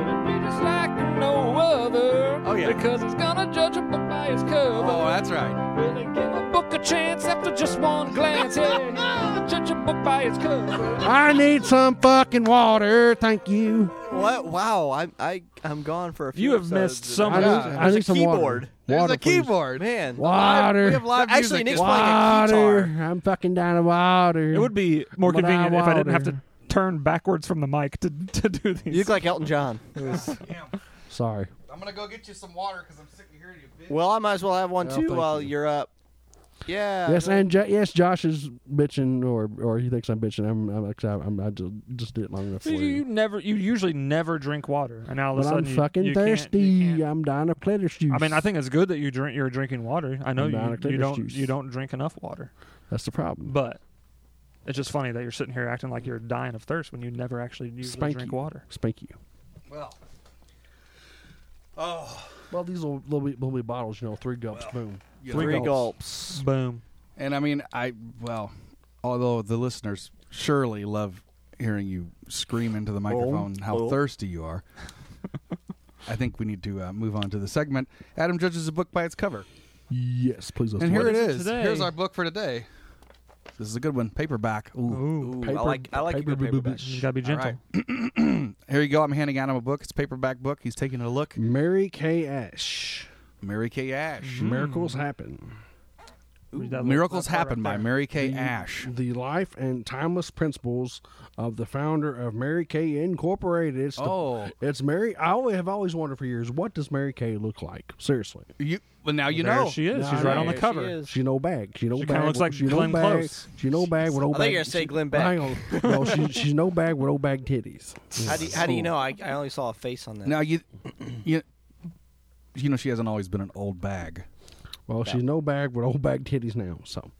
Speaker 6: It'll be just like no other.
Speaker 1: Oh, yeah.
Speaker 6: Because he's gonna judge a book by its cover.
Speaker 1: Oh, that's right.
Speaker 6: Will he give a book a chance after just one glance? Yeah, he's gonna judge a book by its cover.
Speaker 2: I need some fucking water. Thank you.
Speaker 4: what? Wow, I'm I I'm gone for a few.
Speaker 3: You have
Speaker 4: episodes
Speaker 3: missed
Speaker 4: today.
Speaker 3: so
Speaker 2: I
Speaker 3: much.
Speaker 2: need,
Speaker 1: Yeah.
Speaker 2: I
Speaker 4: There's
Speaker 2: need
Speaker 4: a
Speaker 2: some
Speaker 4: keyboard.
Speaker 2: water.
Speaker 1: There's
Speaker 2: Water,
Speaker 1: a
Speaker 2: please.
Speaker 1: keyboard.
Speaker 4: Man,
Speaker 2: Water.
Speaker 4: we have live
Speaker 1: Actually,
Speaker 4: music.
Speaker 1: Nick's
Speaker 4: Actually, Nick's playing a
Speaker 2: Water. I'm fucking down to water.
Speaker 3: It would be more
Speaker 2: But I
Speaker 3: convenient if I didn't have
Speaker 2: water.
Speaker 3: to turn backwards from the mic to to do these.
Speaker 4: You look like Elton John.
Speaker 2: Sorry.
Speaker 1: I'm gonna go get you some water because I'm sick of hearing you. Bitch.
Speaker 4: Well, I might as well have one
Speaker 2: Well,
Speaker 4: too
Speaker 2: thank
Speaker 4: while
Speaker 2: you.
Speaker 4: you. are up. Yeah.
Speaker 2: Yes, and jo- yes, Josh is bitching, or or he thinks I'm bitching. I'm, I'm, like, I'm, I just, just did it long enough for
Speaker 3: You,
Speaker 2: you.
Speaker 3: you never, you usually never drink water, and now all of
Speaker 2: But
Speaker 3: a
Speaker 2: I'm
Speaker 3: sudden you-
Speaker 2: fucking
Speaker 3: you can't- you
Speaker 2: thirsty.
Speaker 3: can't.
Speaker 2: I'm down to pleather juice.
Speaker 3: I mean, I think it's good that you drink. You're drinking water. I know
Speaker 2: I'm down
Speaker 3: you,
Speaker 2: to
Speaker 3: you
Speaker 2: Clipper's
Speaker 3: don't.
Speaker 2: juice.
Speaker 3: You don't drink enough water,
Speaker 2: that's the problem.
Speaker 3: but it's just funny that you're sitting here acting like you're dying of thirst when you never actually usually
Speaker 2: Spank
Speaker 3: drink
Speaker 2: you.
Speaker 3: water.
Speaker 2: Spank you.
Speaker 1: Well,
Speaker 2: Well, these little little, be- little be bottles, you know, three gulps, boom.
Speaker 1: yeah.
Speaker 4: Three
Speaker 3: Three
Speaker 4: gulps.
Speaker 3: Boom.
Speaker 1: and I mean, I well, although the listeners surely love hearing you scream into the microphone how
Speaker 4: oh.
Speaker 1: thirsty you are. I think we need to uh, move on to the segment. Adam judges a book by its cover,
Speaker 2: Yes, please. Let's
Speaker 1: and here
Speaker 3: what
Speaker 1: it
Speaker 3: is it
Speaker 1: is.
Speaker 3: today?
Speaker 1: Here's our book for today. This is a good one. Paperback. Ooh.
Speaker 4: Ooh,
Speaker 2: Paper-
Speaker 4: I like I like a
Speaker 2: paper
Speaker 4: good paperback.
Speaker 3: You gotta be
Speaker 1: All
Speaker 3: gentle.
Speaker 1: right. Here you go. I'm handing Adam a book. It's a paperback book. He's taking a look.
Speaker 2: Mary Kay Ash.
Speaker 1: Mary Kay Ash.
Speaker 3: Hmm.
Speaker 2: Miracles happen.
Speaker 3: Read that little-
Speaker 1: Miracles
Speaker 3: that part
Speaker 1: Happen by
Speaker 3: right
Speaker 1: Mary Kay Ash.
Speaker 2: The life and timeless principles of the founder of Mary Kay Incorporated. It's the-
Speaker 1: Oh.
Speaker 2: it's Mary. I always have always wondered for years what does Mary Kay look like? Seriously,
Speaker 1: You well now you
Speaker 3: there. There
Speaker 1: know.
Speaker 3: she is.
Speaker 2: No,
Speaker 3: She's right
Speaker 2: no,
Speaker 3: on the
Speaker 4: There she
Speaker 3: cover.
Speaker 4: is.
Speaker 2: she no bag. She no
Speaker 3: She
Speaker 2: bag.
Speaker 3: kinda looks like
Speaker 2: she no
Speaker 3: Glenn
Speaker 2: bag.
Speaker 3: Close.
Speaker 2: She no bag with old bag.
Speaker 4: I thought you were gonna say
Speaker 2: she-
Speaker 4: Glenn Beck.
Speaker 2: Hang on. No, she, she's no bag with old bag titties.
Speaker 4: How do you, how do you know? I, I only saw a face on that.
Speaker 1: Now you you you know she hasn't always been an old bag.
Speaker 2: Well, she's no bag with old bag titties now. So,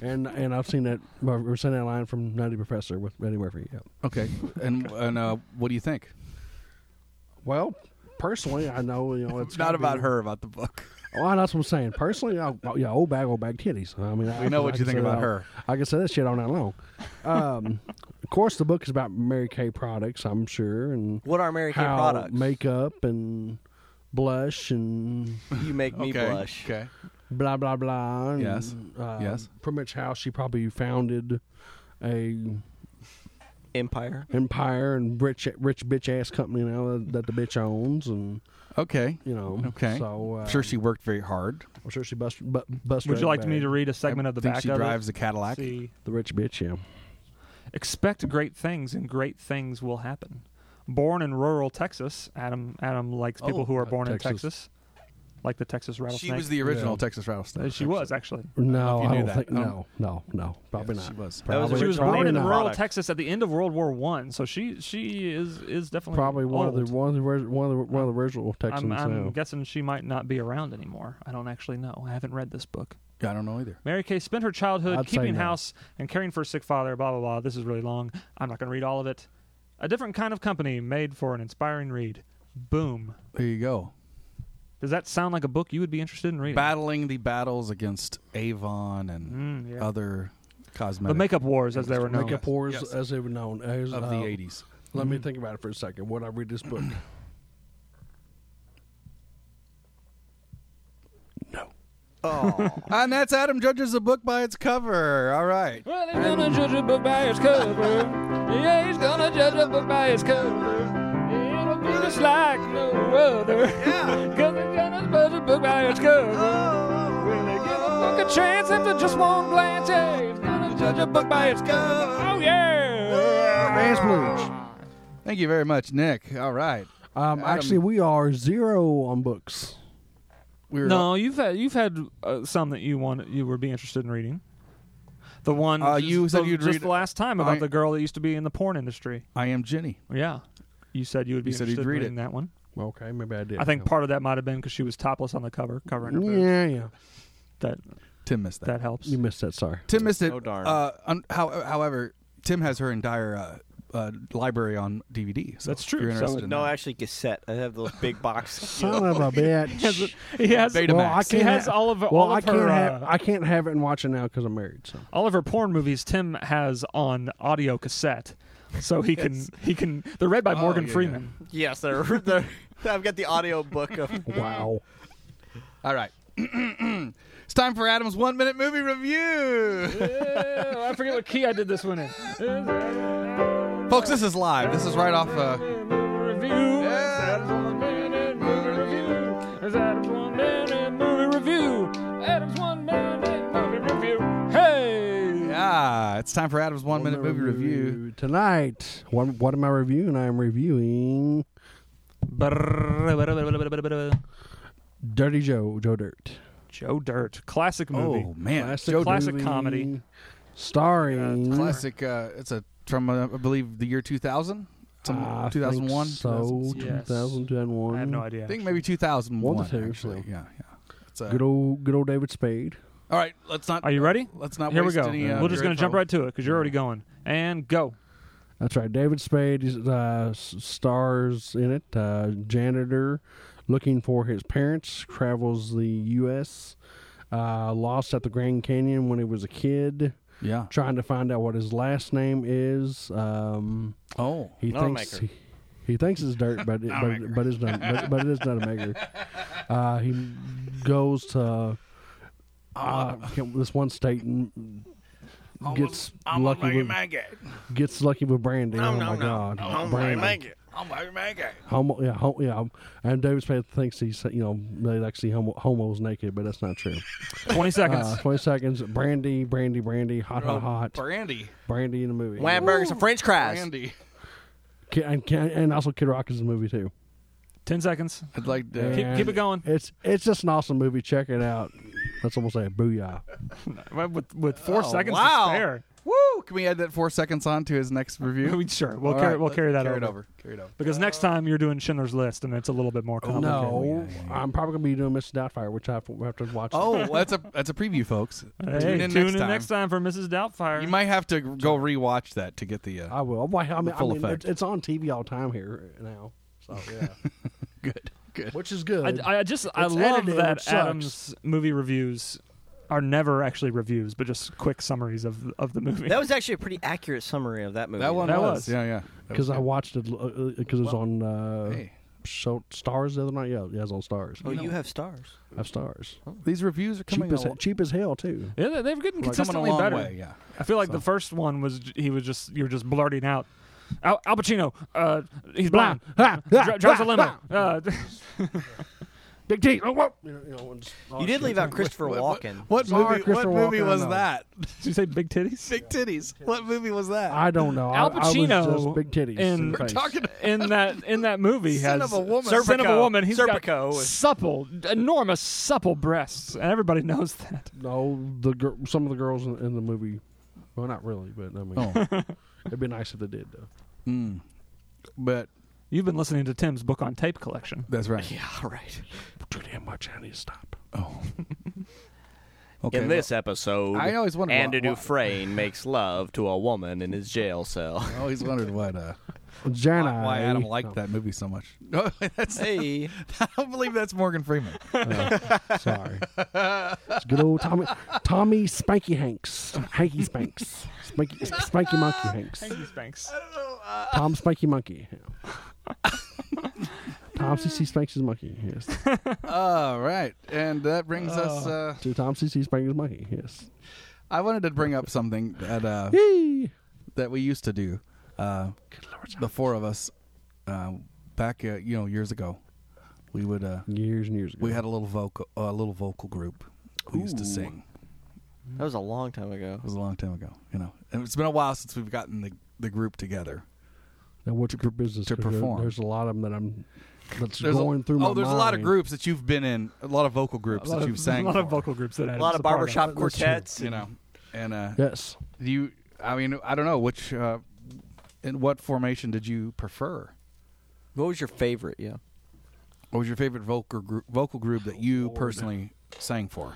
Speaker 2: and and I've seen that. We're seen that line from Nutty Professor with Eddie Murphy. Yeah.
Speaker 1: Okay. and and uh, what do you think?
Speaker 2: Well, personally, I know you know it's
Speaker 1: Not
Speaker 2: gotta
Speaker 1: about
Speaker 2: be-
Speaker 1: her, about the book.
Speaker 2: Well, Oh, that's what I'm saying. Personally, I, well, yeah, old bag, old bag titties. I mean, I,
Speaker 1: We know
Speaker 2: I
Speaker 1: what you
Speaker 2: can
Speaker 1: think
Speaker 2: say
Speaker 1: about
Speaker 2: that-
Speaker 1: her.
Speaker 2: I can say that shit all night long. Um, of course, the book is about Mary Kay products, I'm sure, and
Speaker 4: What are Mary Kay
Speaker 2: how
Speaker 4: products?
Speaker 2: makeup and blush and
Speaker 4: you make me
Speaker 1: okay.
Speaker 4: blush.
Speaker 1: Okay.
Speaker 2: blah blah blah. And,
Speaker 1: Yes.
Speaker 2: uh,
Speaker 1: Yes.
Speaker 2: Pretty much how she probably founded a
Speaker 4: Empire.
Speaker 2: empire and rich rich bitch ass company now that, that the bitch owns, and
Speaker 1: Okay.
Speaker 2: you know.
Speaker 1: Okay.
Speaker 2: So uh,
Speaker 1: I'm sure she worked very hard.
Speaker 2: I'm sure she bust bu- bust.
Speaker 3: Would
Speaker 2: her
Speaker 3: you like
Speaker 2: bag.
Speaker 3: me to read a segment
Speaker 1: I
Speaker 3: of the
Speaker 1: think
Speaker 3: back
Speaker 1: she
Speaker 3: of
Speaker 1: drives
Speaker 3: it?
Speaker 1: a Cadillac.
Speaker 3: See.
Speaker 2: the rich bitch? Yeah.
Speaker 3: Expect great things, and great things will happen. Born in rural Texas, Adam Adam likes people
Speaker 1: Oh,
Speaker 3: who are
Speaker 2: uh,
Speaker 3: born in
Speaker 2: Texas.
Speaker 3: Texas, like the Texas rattlesnake.
Speaker 1: She was the original
Speaker 2: Yeah.
Speaker 1: Texas rattlesnake.
Speaker 3: Uh, she was actually.
Speaker 2: No,
Speaker 1: know if you
Speaker 2: I
Speaker 1: knew
Speaker 2: don't
Speaker 1: that.
Speaker 2: think.
Speaker 1: I don't-
Speaker 6: um,
Speaker 2: No, no, no, probably
Speaker 1: Yes,
Speaker 2: not.
Speaker 1: She was.
Speaker 4: That was
Speaker 2: Probably
Speaker 3: She was
Speaker 4: Original
Speaker 3: born in
Speaker 4: name
Speaker 3: rural
Speaker 4: of the product.
Speaker 3: Texas at the end of World War One, so she she is is definitely
Speaker 2: probably one of
Speaker 3: old.
Speaker 2: the one of the orig- one of the one of the original Texans.
Speaker 3: I'm, I'm
Speaker 2: now.
Speaker 3: guessing she might not be around anymore. I don't actually know. I haven't read this book.
Speaker 1: I don't know either.
Speaker 3: Mary Kay spent her childhood
Speaker 2: I'd say
Speaker 3: keeping
Speaker 2: no.
Speaker 3: house and caring for a sick father, blah, blah, blah. This is really long. I'm not going to read all of it. A different kind of company made for an inspiring read. Boom.
Speaker 1: There you go.
Speaker 3: Does that sound like a book you would be interested in reading?
Speaker 1: Battling the battles against Avon and
Speaker 3: Mm, yeah.
Speaker 1: other
Speaker 3: the
Speaker 1: cosmetic
Speaker 3: makeup wars, as they were known.
Speaker 2: Makeup wars,
Speaker 1: Yes.
Speaker 2: as they were known. As,
Speaker 1: of
Speaker 2: uh,
Speaker 1: the eighties.
Speaker 2: Let me think about it for a second. When I read this book,
Speaker 1: And that's Adam judges a book by its cover. All right.
Speaker 6: Well, he's gonna judge a book by its cover. Yeah, he's gonna judge a book by its cover. It'll be just like no other. Yeah. Cause he's gonna judge a book by its cover. Will they give a book a chance after just one glance? Yeah, he's gonna judge a book by its cover. Oh, yeah.
Speaker 2: Man's Blues.
Speaker 1: Thank you very much, Nick. All right.
Speaker 2: Um, actually, we are zero on books.
Speaker 1: We were
Speaker 3: No, you've had you've had uh, some that you want you would be interested in reading. The one
Speaker 1: Uh,
Speaker 3: just-
Speaker 1: you said
Speaker 3: the-
Speaker 1: you'd
Speaker 3: just
Speaker 1: read-
Speaker 3: the last time about
Speaker 1: I-
Speaker 3: the girl that used to be in the porn industry.
Speaker 1: I am Jenny.
Speaker 3: Yeah, you said you would be
Speaker 1: You said you'd
Speaker 3: interested in
Speaker 1: read it.
Speaker 3: reading that one.
Speaker 2: Okay, maybe I did.
Speaker 3: I think part of that might have been because she was topless on the cover, covering her boobs.
Speaker 2: Yeah, yeah.
Speaker 3: That
Speaker 1: Tim missed that.
Speaker 3: that helps.
Speaker 2: You missed that. Sorry.
Speaker 1: Tim missed it.
Speaker 4: Oh, darn.
Speaker 1: Uh, un- how, however, Tim has her entire uh, uh, library on DVD. So
Speaker 3: That's true.
Speaker 1: if You're
Speaker 3: So-
Speaker 1: interested in
Speaker 4: No,
Speaker 1: that.
Speaker 4: actually, cassette. I have those big box.
Speaker 2: Son of a bitch.
Speaker 3: He has
Speaker 1: Betamax.
Speaker 2: Well, I
Speaker 3: He
Speaker 2: can't.
Speaker 3: has
Speaker 2: ha-
Speaker 3: all of
Speaker 2: well,
Speaker 3: all
Speaker 2: I
Speaker 3: of
Speaker 2: can't
Speaker 3: her
Speaker 2: have.
Speaker 3: uh,
Speaker 2: I can't have it and watch it now because I'm married. So
Speaker 3: all of her porn movies. Tim has on audio cassette, so he can he can. They're read by
Speaker 1: Oh,
Speaker 3: Morgan
Speaker 1: yeah, yeah.
Speaker 3: Freeman.
Speaker 4: yes, they're, they're, I've got the audio book of.
Speaker 3: Mm-hmm.
Speaker 2: wow.
Speaker 1: All right. it's time for Adam's one minute movie review.
Speaker 3: Ew, I forget what key I did this one in.
Speaker 1: Folks, this is live. This is right off. Uh,
Speaker 3: Review. Adam's one minute movie review. It's Adam's one minute movie review. Adam's one minute movie review. Hey.
Speaker 1: yeah, it's time for Adam's one minute movie review.
Speaker 2: tonight. What, what am I reviewing? I am reviewing Dirty Joe, Joe Dirt.
Speaker 3: Joe Dirt, classic movie.
Speaker 1: Oh man,
Speaker 2: Classic
Speaker 1: Joe
Speaker 3: classic
Speaker 2: movie
Speaker 3: comedy.
Speaker 2: starring.
Speaker 1: classic. Uh, it's a from uh, I believe the year two thousand,
Speaker 2: I think
Speaker 1: two thousand one.
Speaker 2: So
Speaker 3: Yes.
Speaker 2: 2000, 2001.
Speaker 3: I have no idea.
Speaker 1: Oh, I think maybe two thousand one.
Speaker 2: One to two,
Speaker 1: Actually,
Speaker 2: so.
Speaker 1: yeah, yeah. It's, uh,
Speaker 2: Good old, good old David Spade.
Speaker 1: all right, let's not.
Speaker 3: Are you ready?
Speaker 1: Let's not.
Speaker 3: Here we
Speaker 1: waste
Speaker 3: go.
Speaker 1: Any, uh,
Speaker 3: We're just
Speaker 1: your
Speaker 3: gonna jump
Speaker 1: info.
Speaker 3: right to it because you're already going. And go.
Speaker 2: That's right. David Spade is, uh, s- stars in it. Uh, janitor looking for his parents travels the U.S. Uh, lost at the Grand Canyon when he was a kid,
Speaker 1: Yeah.
Speaker 2: trying to find out what his last name is. Um,
Speaker 1: Oh.
Speaker 2: he
Speaker 4: Not a
Speaker 2: thinks
Speaker 4: maker.
Speaker 2: he, he thinks it's dirt, but it, but, it- but it's not. But, but it is not a maker. Uh, he goes to uh, can't- this one state and gets lucky with gets lucky with brandy. oh my god, brandy. Homo, yeah, hom- yeah. And David Spade thinks he's you know they like to see homo, homos naked, but that's not true.
Speaker 3: 20 seconds.
Speaker 2: Uh, Twenty seconds. Brandy, brandy, brandy. Hot, hot, hot.
Speaker 1: Brandy.
Speaker 2: Brandy in the movie.
Speaker 4: Wham burgers and french fries.
Speaker 1: Brandy.
Speaker 2: Ki- and, ki- and also Kid Rock is in the movie too.
Speaker 3: 10 seconds.
Speaker 1: I'd like to.
Speaker 3: Keep, keep it going.
Speaker 2: It's it's just an awesome movie. Check it out. That's almost like booyah.
Speaker 3: uh, With, with four
Speaker 1: Oh,
Speaker 3: seconds
Speaker 1: wow.
Speaker 3: to spare.
Speaker 1: Woo! Can we add that four seconds on to his next review?
Speaker 3: We- sure. We'll,
Speaker 1: All
Speaker 3: carry,
Speaker 1: right,
Speaker 3: we'll
Speaker 1: let's
Speaker 3: carry that
Speaker 1: carry
Speaker 3: over.
Speaker 1: It over. Uh, Carry it over.
Speaker 3: Because next time you're doing Schindler's List and it's a little bit
Speaker 1: Oh,
Speaker 3: more complicated.
Speaker 2: No, I'm probably gonna be doing Mrs. Doubtfire, which I have to, have to watch.
Speaker 1: Oh, that's a that's a preview, folks.
Speaker 3: Hey,
Speaker 1: tune in, next, time.
Speaker 3: for Mrs. Doubtfire.
Speaker 1: You might have to go rewatch that to get the uh,
Speaker 2: I will. Why- I mean, I
Speaker 1: full
Speaker 2: mean
Speaker 1: effect.
Speaker 2: it, it's on TV all the time here now. So yeah,
Speaker 1: good. Good.
Speaker 2: which is good.
Speaker 3: I, I just I
Speaker 2: It's
Speaker 3: love
Speaker 2: edited, which
Speaker 3: that
Speaker 2: sucks.
Speaker 3: Adam's movie reviews are never actually reviews, but just quick summaries of of the movie.
Speaker 4: That was actually a pretty accurate summary of that movie.
Speaker 1: That one
Speaker 3: That
Speaker 1: was.
Speaker 3: was.
Speaker 1: Yeah, yeah. That
Speaker 2: because
Speaker 1: was
Speaker 2: I
Speaker 1: good.
Speaker 2: watched it because uh, 'cause it was on uh,
Speaker 1: Hey.
Speaker 2: so Stars the other night. Yeah, yeah, it was on Stars.
Speaker 4: Oh, you have stars.
Speaker 2: I have Stars.
Speaker 1: these reviews are coming
Speaker 2: Cheap as,
Speaker 1: al-
Speaker 2: cheap as hell too.
Speaker 3: yeah, they- they were getting
Speaker 1: like, coming a
Speaker 3: consistently
Speaker 1: long
Speaker 3: better.
Speaker 1: way. Yeah.
Speaker 3: I feel like
Speaker 1: So-
Speaker 3: the first one was j- he was just you were just blurting out. Al, Al Pacino, uh, he's blind.
Speaker 2: Ah, ah,
Speaker 3: Dri- drives
Speaker 2: ah,
Speaker 3: a limo.
Speaker 2: ah.
Speaker 3: Uh,
Speaker 2: Big teeth. Oh, whoa. You know, you know, and just-
Speaker 4: You did leave out Christopher Walken.
Speaker 1: What
Speaker 2: Sorry,
Speaker 1: movie? What
Speaker 2: Christopher
Speaker 1: movie
Speaker 2: Walken, I
Speaker 1: was
Speaker 2: know.
Speaker 1: that?
Speaker 3: did you say big titties?
Speaker 1: Big titties. What movie was that?
Speaker 2: I don't know.
Speaker 3: Al
Speaker 2: I- I was
Speaker 3: Pacino
Speaker 2: just big titties.
Speaker 3: in-
Speaker 2: in the
Speaker 3: We're
Speaker 2: face.
Speaker 1: Talking.
Speaker 3: in that in that movie
Speaker 1: Son
Speaker 3: has
Speaker 1: of a woman.
Speaker 3: Son of a
Speaker 4: Serpico.
Speaker 3: woman. He's
Speaker 4: Serpico
Speaker 3: got
Speaker 4: is-
Speaker 3: supple, enormous supple breasts, and everybody knows that.
Speaker 2: No, the gir- some of the girls in, in the movie. Well, not really, but I mean,
Speaker 1: Oh.
Speaker 2: it'd be nice if they did though.
Speaker 1: Mm. But
Speaker 3: You've been listening to Tim's book on tape collection.
Speaker 1: that's right.
Speaker 4: Yeah, right.
Speaker 2: Too damn much. I need to stop.
Speaker 1: Oh. Okay.
Speaker 4: in this episode,
Speaker 1: I always wonder why-
Speaker 4: Andy
Speaker 1: why-
Speaker 4: Dufresne makes love to a woman in his jail cell.
Speaker 1: I always wondered what uh,
Speaker 2: Jana.
Speaker 1: why, why Adam liked that movie so much. that's,
Speaker 4: Hey,
Speaker 1: I don't believe that's Morgan Freeman.
Speaker 2: Oh, Sorry. It's good old Tommy, Tommy Spanky Hanks. Hanky Spanks. Spanky, Spanky Monkey Hanks.
Speaker 3: Thank you, Spanks.
Speaker 2: Tom Spanky Monkey. Tom CC Spanks' monkey. Yes.
Speaker 1: All right, and that brings us. Uh,
Speaker 2: To Tom CC Spanks' monkey. Yes.
Speaker 1: I wanted to bring up something that uh,
Speaker 2: Yee.
Speaker 1: that we used to do, uh, the four of us, uh, back uh, you know years ago. We would uh,
Speaker 2: Years and years ago.
Speaker 1: we had a little vocal a little vocal group. We used to sing.
Speaker 4: that was a long time ago.
Speaker 1: It was a long time ago, you know. And it's been a while since we've gotten the, the group together.
Speaker 2: now, what's your business?
Speaker 1: to
Speaker 2: 'Cause there-
Speaker 1: perform.
Speaker 2: there's a lot of them that I'm. That's
Speaker 1: There's
Speaker 2: going
Speaker 1: a,
Speaker 2: through my
Speaker 1: oh, there's a lot of
Speaker 2: mind.
Speaker 1: groups that you've been in, a lot of vocal groups that you've sang,
Speaker 3: a lot of
Speaker 1: for,
Speaker 3: vocal groups that
Speaker 4: A lot of barbershop quartets.
Speaker 1: you know. And uh,
Speaker 2: Yes.
Speaker 1: do you, I mean, I don't know which, uh, in what formation did you prefer?
Speaker 4: What was your favorite? Yeah.
Speaker 1: What was your favorite vocal group, vocal group that you personally sang for?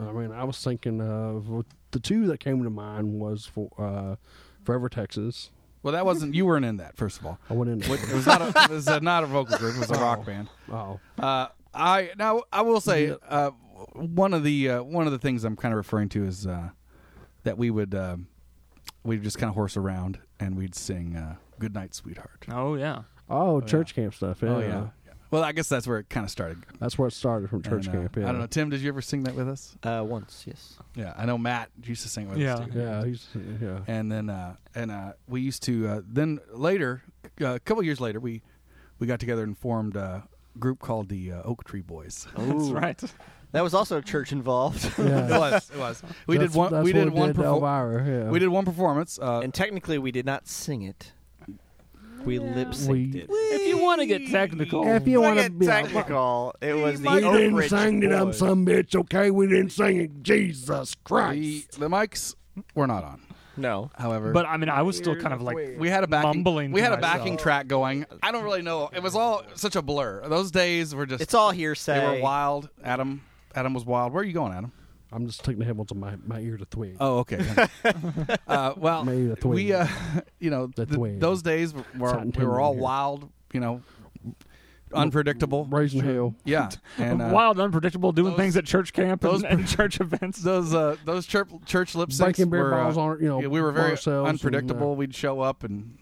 Speaker 2: I mean, I was thinking of the two that came to mind was for uh, Forever Texas.
Speaker 1: Well, that wasn't you weren't in that. First of all,
Speaker 2: I went in.
Speaker 1: it was not a, it was a, not a vocal group. It was a rock band.
Speaker 2: Oh,
Speaker 1: Uh, I now I will say uh, one of the uh, one of the things I'm kind of referring to is uh, that we would um, we'd just kind of horse around and we'd sing uh, "Good Night, Sweetheart."
Speaker 3: Oh yeah.
Speaker 2: oh, church camp stuff. Yeah.
Speaker 1: Oh yeah. Well, I guess that's where it kind of started.
Speaker 2: That's where it started from church
Speaker 1: And, uh,
Speaker 2: camp. Yeah.
Speaker 1: I don't know. Tim, did you ever sing that with us?
Speaker 4: Uh, once, yes.
Speaker 1: Yeah, I know Matt used to sing with
Speaker 3: Yeah.
Speaker 1: us too.
Speaker 2: Yeah, he's yeah.
Speaker 1: and then uh, and uh, we used to uh, then later uh, a couple years later we we got together and formed a group called the uh, Oak Tree Boys.
Speaker 3: That's right.
Speaker 4: That was also church involved.
Speaker 1: it was it was we
Speaker 2: That's-
Speaker 1: did one
Speaker 2: That's
Speaker 1: we
Speaker 2: what
Speaker 1: did
Speaker 2: we
Speaker 1: one
Speaker 2: did to
Speaker 1: perfor-
Speaker 2: Elvira, yeah.
Speaker 1: we did one performance. Uh,
Speaker 4: and technically, we did not sing it. We lip
Speaker 2: We-
Speaker 4: synced it.
Speaker 3: If you want to get technical,
Speaker 1: Oh,
Speaker 2: If you want to
Speaker 4: Get
Speaker 2: be,
Speaker 4: technical. It was the
Speaker 2: we
Speaker 4: Oak
Speaker 2: didn't
Speaker 4: Ridge
Speaker 2: sing it, I'm
Speaker 4: Boys.
Speaker 2: some bitch. Okay, we didn't sing it. Jesus
Speaker 1: the,
Speaker 2: Christ!
Speaker 1: the mics were not on.
Speaker 4: No.
Speaker 1: However,
Speaker 3: but I mean, I was still kind of like
Speaker 1: we had a backing
Speaker 3: mumbling
Speaker 1: we
Speaker 3: to
Speaker 1: had a
Speaker 3: myself.
Speaker 1: backing track going. I don't really know. It was all such a blur. Those days were just
Speaker 4: It's all
Speaker 1: they
Speaker 4: hearsay.
Speaker 1: were wild. Adam Adam was wild. Where are you going, Adam?
Speaker 2: I'm just taking the headphones of my my ear to twig.
Speaker 1: Oh, okay. uh, well,
Speaker 2: Maybe the twin.
Speaker 1: we, uh, you know,
Speaker 2: The
Speaker 1: th-
Speaker 2: twin.
Speaker 1: those days were, were
Speaker 2: Something
Speaker 1: we were all
Speaker 2: here.
Speaker 1: wild. You know, unpredictable.
Speaker 2: Raising hell.
Speaker 1: Yeah, and uh,
Speaker 3: wild, unpredictable, doing
Speaker 1: those-
Speaker 3: things at church camp
Speaker 1: those
Speaker 3: and, and church events.
Speaker 1: Those uh, those church church lip syncs
Speaker 2: Breaking beer
Speaker 1: were uh,
Speaker 2: balls on, you know,
Speaker 1: yeah, we were very
Speaker 2: ourselves and, uh,
Speaker 1: unpredictable. We'd show up and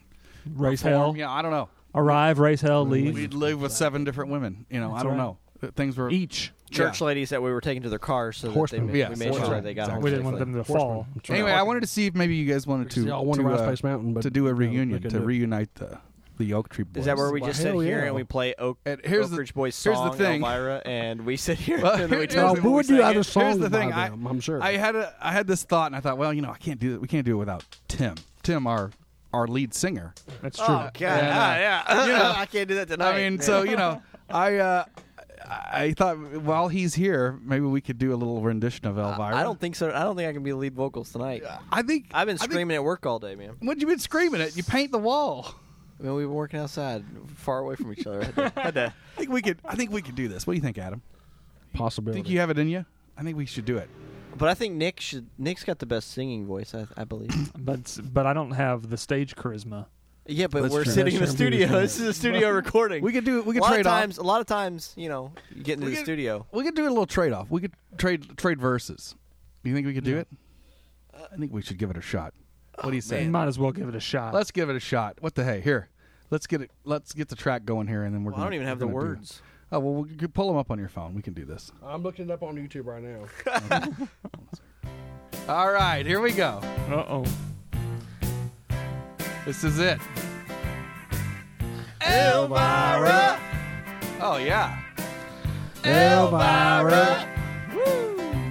Speaker 3: Race hell,
Speaker 1: form. You know, I don't know.
Speaker 3: arrive, race hell, leave.
Speaker 1: We'd live with seven different women. You know, I don't
Speaker 3: right.
Speaker 1: know. Uh, Things were
Speaker 3: Each.
Speaker 4: Church
Speaker 1: Yeah.
Speaker 4: ladies that we were taking to their cars so that they
Speaker 2: Horsemen.
Speaker 4: ma-
Speaker 1: Yeah,
Speaker 4: we made sure
Speaker 1: horsemen.
Speaker 4: they got
Speaker 1: Exactly.
Speaker 4: home.
Speaker 3: We didn't want
Speaker 4: safely.
Speaker 3: them to fall.
Speaker 1: Anyway, I wanted to see if maybe you guys wanted to
Speaker 2: They all wanted
Speaker 1: to,
Speaker 2: to ride
Speaker 1: uh,
Speaker 2: Space Mountain, but
Speaker 1: to do a
Speaker 2: no, they
Speaker 1: reunion
Speaker 2: couldn't
Speaker 1: to
Speaker 2: do it.
Speaker 1: reunite the the oak tree. Boys.
Speaker 4: Is that where we
Speaker 2: Well,
Speaker 4: just sit
Speaker 2: hell
Speaker 4: here
Speaker 2: yeah.
Speaker 4: and we play Oak,
Speaker 1: And here's
Speaker 4: Oak
Speaker 1: the-
Speaker 4: Ridge Boys
Speaker 1: here's the
Speaker 4: song,
Speaker 1: thing.
Speaker 4: Elvira, and we sit here
Speaker 1: Well,
Speaker 4: and then we
Speaker 1: here's
Speaker 4: tell
Speaker 1: the-
Speaker 4: them
Speaker 2: we
Speaker 4: we
Speaker 2: would do
Speaker 4: sang
Speaker 2: other
Speaker 4: it.
Speaker 2: songs
Speaker 1: Here's the thing.
Speaker 2: by
Speaker 1: I,
Speaker 2: them, I'm sure.
Speaker 1: I had a I had this thought, and I thought, well, you know, I can't do that. We can't do it without Tim. Tim, our our lead singer.
Speaker 3: That's true.
Speaker 4: Oh, God. ah, yeah. I can't do that tonight.
Speaker 1: I mean,
Speaker 4: man.
Speaker 1: so you know, I uh, I thought while he's here, maybe we could do a little rendition of Elvira.
Speaker 4: I don't think so. I don't think I can be lead vocals tonight.
Speaker 1: I think
Speaker 4: I've been
Speaker 1: I think-
Speaker 4: screaming at work all day, man.
Speaker 1: What you been screaming at? You paint the wall.
Speaker 4: I mean, we've been working outside, far away from each other. I had to, had to-
Speaker 1: I think we could. I think we could do this. What do you think, Adam?
Speaker 2: Possibility.
Speaker 1: Think you have it in you? I think we should do it.
Speaker 4: but I think Nick should. Nick's got the best singing voice, I, I believe.
Speaker 3: But but I don't have the stage charisma.
Speaker 4: Yeah, but
Speaker 1: That's
Speaker 4: we're
Speaker 1: true.
Speaker 4: sitting in the
Speaker 2: That's true.
Speaker 4: studio. This is a studio recording.
Speaker 1: We could do. We
Speaker 4: a
Speaker 1: could
Speaker 4: lot
Speaker 1: trade
Speaker 4: of times,
Speaker 1: off.
Speaker 4: a lot of times, you know, you get into
Speaker 1: We
Speaker 4: the
Speaker 1: could-
Speaker 4: studio.
Speaker 1: We could do a little trade off. We could trade trade verses. You think we could do it? I think we should give it a shot. What do
Speaker 4: Oh,
Speaker 1: you say?
Speaker 3: You might as well give it a shot.
Speaker 1: Let's give it a shot. What the hey? Here, let's get it. Let's get the track going here, and then we're.
Speaker 4: Well, I
Speaker 1: gonna-
Speaker 4: don't even
Speaker 1: we're
Speaker 4: have the
Speaker 1: gonna do-
Speaker 4: words.
Speaker 1: Oh well, we could pull them up on your phone. We can do this.
Speaker 2: I'm looking it up on YouTube right now.
Speaker 1: All right, here we go.
Speaker 3: Uh oh.
Speaker 1: This is it. Elvira. Oh yeah.
Speaker 2: Elvira,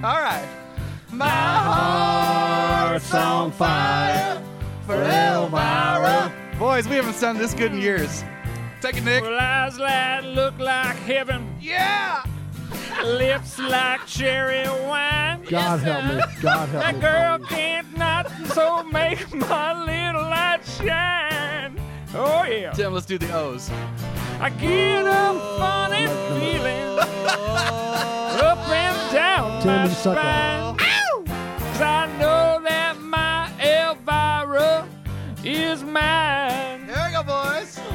Speaker 1: All right. My heart's on fire for Elvira. Boys, we haven't sounded this good in years. Take it, Nick.
Speaker 6: Well, eyes that look like heaven,
Speaker 1: Yeah.
Speaker 6: lips like cherry wine.
Speaker 2: God help me. God help me.
Speaker 6: Girl can't not so make my little light shine. Oh yeah,
Speaker 1: Tim, let's do the O's.
Speaker 6: I get a funny feeling up and down
Speaker 2: Tim,
Speaker 6: my
Speaker 2: you suck
Speaker 6: spine. Cause I know that my Elvira is mine.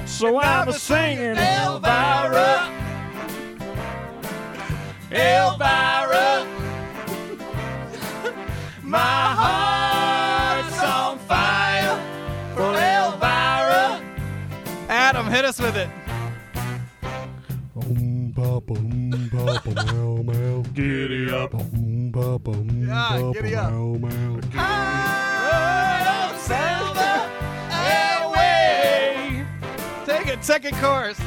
Speaker 3: So I'm a singing
Speaker 7: Elvira. Elvira. My heart's on fire for Elvira.
Speaker 4: Adam, hit us with it.
Speaker 2: Giddy up. Yeah,
Speaker 4: giddy up. Take a second chorus.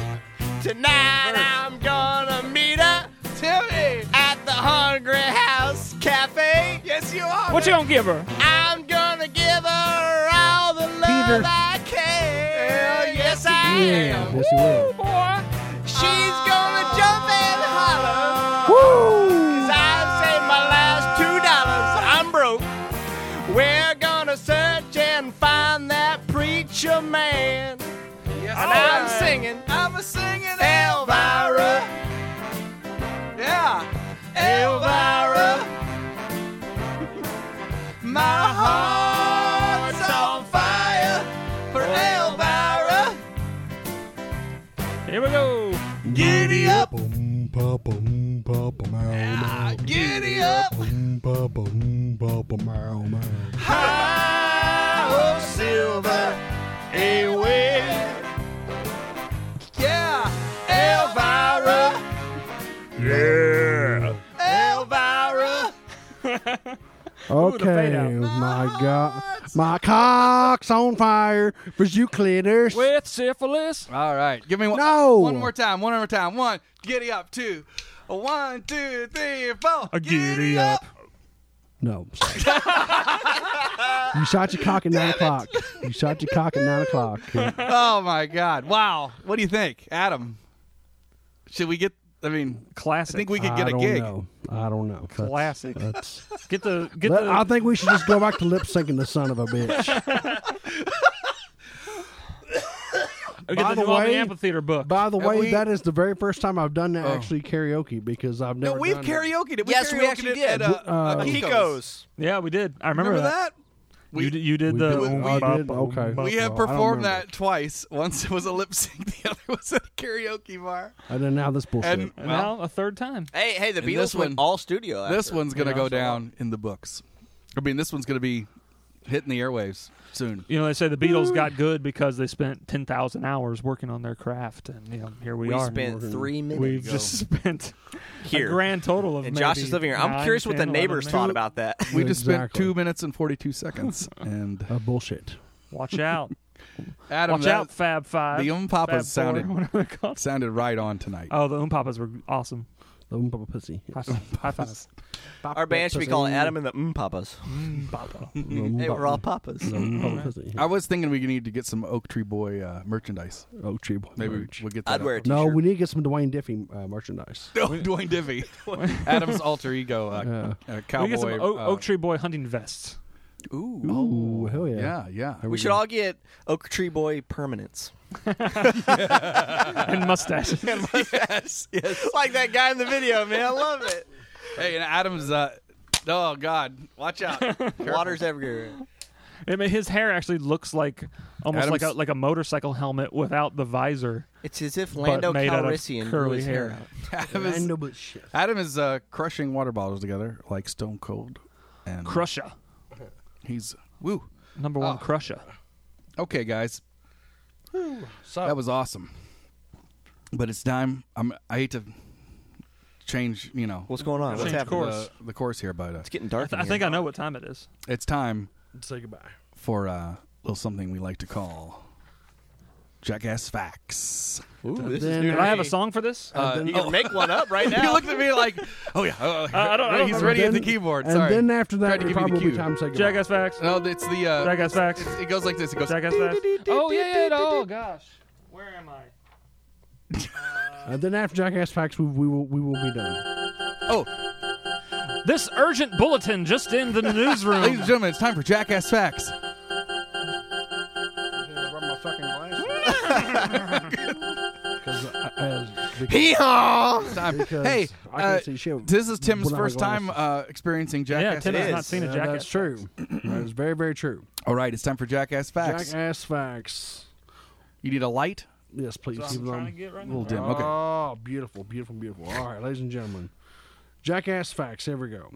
Speaker 4: Tonight I'm gonna meet her, Timmy, at the Hungry House Cafe. Yes, you are.
Speaker 3: What you gonna give her?
Speaker 4: I'm gonna give her all the love
Speaker 3: Peter.
Speaker 4: I can. Hell yes, I am.
Speaker 2: Yes, you will.
Speaker 4: She's gonna jump and holler. Woo! Cause I've saved my last two dollars. I'm broke. We're gonna search and find that preacher man. Yes, and I'm singing. I'm a singing Elvira. Yeah, Elvira. My heart's on fire for Elvira.
Speaker 3: Here we go.
Speaker 4: Giddy up.
Speaker 2: Yeah.
Speaker 4: Giddy up.
Speaker 2: Giddy
Speaker 4: High of silver away. Yeah, Elvira. Yeah, Elvira.
Speaker 2: Okay,
Speaker 3: out.
Speaker 2: my God, my cock's on fire for Eucliders.
Speaker 3: With syphilis.
Speaker 4: All right.
Speaker 1: Give me one.
Speaker 2: No.
Speaker 1: One more time. One more time. One.
Speaker 4: Giddy up, two. One, two, three, four.
Speaker 3: A giddy up.
Speaker 2: No, you shot your cock at nine o'clock. You shot your cock at nine o'clock.
Speaker 1: Oh my God! Wow. What do you think, Adam? Should we get? I mean,
Speaker 3: Classic.
Speaker 1: I think we could
Speaker 2: I
Speaker 1: get a
Speaker 2: don't
Speaker 1: gig.
Speaker 2: know. I don't know. That's-
Speaker 3: Classic.
Speaker 2: that's-
Speaker 3: Uh, Get the get
Speaker 2: Let-
Speaker 3: the.
Speaker 2: I think we should just go back to lip syncing the son of a bitch.
Speaker 3: get
Speaker 2: by
Speaker 3: the,
Speaker 2: the
Speaker 3: new Albany
Speaker 2: way-
Speaker 3: amphitheater book.
Speaker 2: By the
Speaker 1: Have
Speaker 2: way,
Speaker 1: we- Oh.
Speaker 2: that is the very first time I've done that actually karaoke because I've
Speaker 1: No,
Speaker 2: never.
Speaker 1: we've
Speaker 2: done
Speaker 1: karaokeed it. We
Speaker 8: Yes, we
Speaker 1: karaokeed
Speaker 8: actually
Speaker 1: it
Speaker 8: did.
Speaker 1: At, uh,
Speaker 2: Uh,
Speaker 1: uh, Kiko's.
Speaker 4: Kikos.
Speaker 3: yeah, we did. I remember,
Speaker 1: Remember that?
Speaker 3: you did, you did
Speaker 2: we
Speaker 3: the.
Speaker 2: did-
Speaker 1: we-
Speaker 2: I did, okay.
Speaker 1: We have
Speaker 2: Well, I don't
Speaker 1: performed
Speaker 2: remember.
Speaker 1: that twice. Once it was a lip sync, the other was at a karaoke bar.
Speaker 2: That. And then now this bullshit.
Speaker 1: And
Speaker 3: And
Speaker 1: well,
Speaker 3: now a third time.
Speaker 4: Hey, hey, the
Speaker 1: And this
Speaker 4: Beatles went
Speaker 1: one-
Speaker 4: all studio. After.
Speaker 1: this one's gonna
Speaker 4: You know,
Speaker 1: go
Speaker 4: so-
Speaker 1: down in the books. I mean, this one's gonna be hitting the airwaves soon.
Speaker 3: You know, they say the Beatles got good because they spent ten thousand hours working on their craft, and you know, here we,
Speaker 4: We
Speaker 3: are.
Speaker 4: spent three minutes.
Speaker 3: We've
Speaker 4: ago.
Speaker 3: just spent
Speaker 4: Here.
Speaker 3: a grand total of.
Speaker 4: And Josh
Speaker 3: maybe
Speaker 4: is living here. I'm
Speaker 3: nine,
Speaker 4: curious what the
Speaker 3: 10, 11
Speaker 4: neighbors
Speaker 3: minutes.
Speaker 4: thought about that.
Speaker 1: We just spent
Speaker 2: Exactly.
Speaker 1: two minutes and forty-two seconds, and
Speaker 2: Uh, bullshit.
Speaker 3: Watch out!
Speaker 1: Adam,
Speaker 3: Watch
Speaker 1: that-
Speaker 3: out, Fab Five.
Speaker 1: the um papas
Speaker 3: Fab Four,
Speaker 1: sounded
Speaker 3: whatever they're called.
Speaker 1: sounded right on tonight.
Speaker 3: Oh, the um papas were awesome.
Speaker 2: The oompa Papa pussy.
Speaker 3: High five. High five.
Speaker 4: Our band should be called Adam and the Mm Papas.
Speaker 3: Mm, papa.
Speaker 4: Hey, we're all papas.
Speaker 2: The oompa Papa pussy.
Speaker 1: I was thinking we need to get some Oak Tree Boy uh, merchandise.
Speaker 2: Oh, tree boy.
Speaker 1: Maybe
Speaker 2: merch.
Speaker 1: we'll get that.
Speaker 4: I'd wear a
Speaker 1: up.
Speaker 4: t-shirt.
Speaker 2: No, we need to get some Dwayne Diffie uh, merchandise.
Speaker 1: No, Dwayne Divvy, Adam's alter ego, uh, uh, cowboy.
Speaker 3: we get some oak,
Speaker 1: uh,
Speaker 3: oak tree boy hunting vests.
Speaker 1: Ooh,
Speaker 2: Ooh, hell yeah.
Speaker 1: yeah, yeah.
Speaker 4: We should all get Oak Tree Boy permanents.
Speaker 3: and mustaches.
Speaker 4: yes, yes. Like that guy in the video, man. I love it.
Speaker 1: Hey, and Adam's. Uh, oh God, watch out!
Speaker 4: Water's everywhere.
Speaker 3: I mean, his hair actually looks like almost
Speaker 1: Adam's-
Speaker 3: like a like a motorcycle helmet without the visor.
Speaker 4: It's as if Lando
Speaker 3: made out of
Speaker 4: Calrissian grew
Speaker 3: curly
Speaker 4: his hair.
Speaker 3: hair.
Speaker 4: out.
Speaker 1: Adam is,
Speaker 2: shit.
Speaker 1: Adam is uh, crushing water bottles together like Stone Cold, and
Speaker 3: Crusher,
Speaker 1: he's woo.
Speaker 3: number
Speaker 1: Oh.
Speaker 3: one crusher.
Speaker 1: Okay, guys, that was awesome, but it's time. I'm. I hate to change. You know,
Speaker 4: What's going on? What's
Speaker 3: Change
Speaker 4: happening?
Speaker 3: course.
Speaker 1: the, the course here, but uh,
Speaker 4: It's getting dark.
Speaker 3: I think I know what time it is.
Speaker 1: it's time
Speaker 2: Say goodbye.
Speaker 1: for uh, little something we like to call jackass facts.
Speaker 4: Ooh,
Speaker 2: Then
Speaker 3: Do I have a song for this?
Speaker 1: Uh,
Speaker 4: You can make one up right
Speaker 1: He
Speaker 4: now.
Speaker 1: looked at me like, "Oh yeah, oh,
Speaker 3: Uh, I don't- I don't
Speaker 1: he's
Speaker 3: remember.
Speaker 1: ready at the
Speaker 2: Then-
Speaker 1: keyboard."
Speaker 2: And
Speaker 1: Sorry.
Speaker 2: then after
Speaker 1: Tried to
Speaker 2: that, it
Speaker 1: give you the
Speaker 2: probably
Speaker 1: cue.
Speaker 2: time to say goodbye.
Speaker 3: Uh, Jackass facts.
Speaker 1: no, it's the uh,
Speaker 3: Jackass facts.
Speaker 1: it's- It goes like this. It goes.
Speaker 3: Jackass facts. Oh yeah, yeah. Oh gosh, where am I?
Speaker 2: And then after Jackass Facts, we, we will we will be done.
Speaker 1: Oh,
Speaker 3: This urgent bulletin just in the
Speaker 1: ladies
Speaker 3: newsroom.
Speaker 1: and gentlemen, it's time for jackass facts.
Speaker 4: Hee-haw!
Speaker 1: Time.
Speaker 2: Because
Speaker 1: Hey,
Speaker 2: I
Speaker 1: uh,
Speaker 2: can't see shit.
Speaker 1: this is Tim's
Speaker 2: Without my
Speaker 1: first time uh, experiencing
Speaker 3: yeah,
Speaker 1: jackass.
Speaker 3: Tim has
Speaker 4: is.
Speaker 3: not seen a
Speaker 2: Yeah,
Speaker 3: jackass.
Speaker 2: that's true. that is very very true.
Speaker 1: All right, it's time for jackass facts.
Speaker 2: Jackass Facts.
Speaker 1: You need a light,
Speaker 2: Yes, please.
Speaker 3: That's
Speaker 2: keep
Speaker 3: what
Speaker 2: it
Speaker 3: I'm trying
Speaker 2: on.
Speaker 3: to get right
Speaker 1: Little
Speaker 3: now.
Speaker 1: dim. Okay.
Speaker 2: Oh, beautiful, beautiful, beautiful. All right, ladies and gentlemen. Jackass facts. Here we go.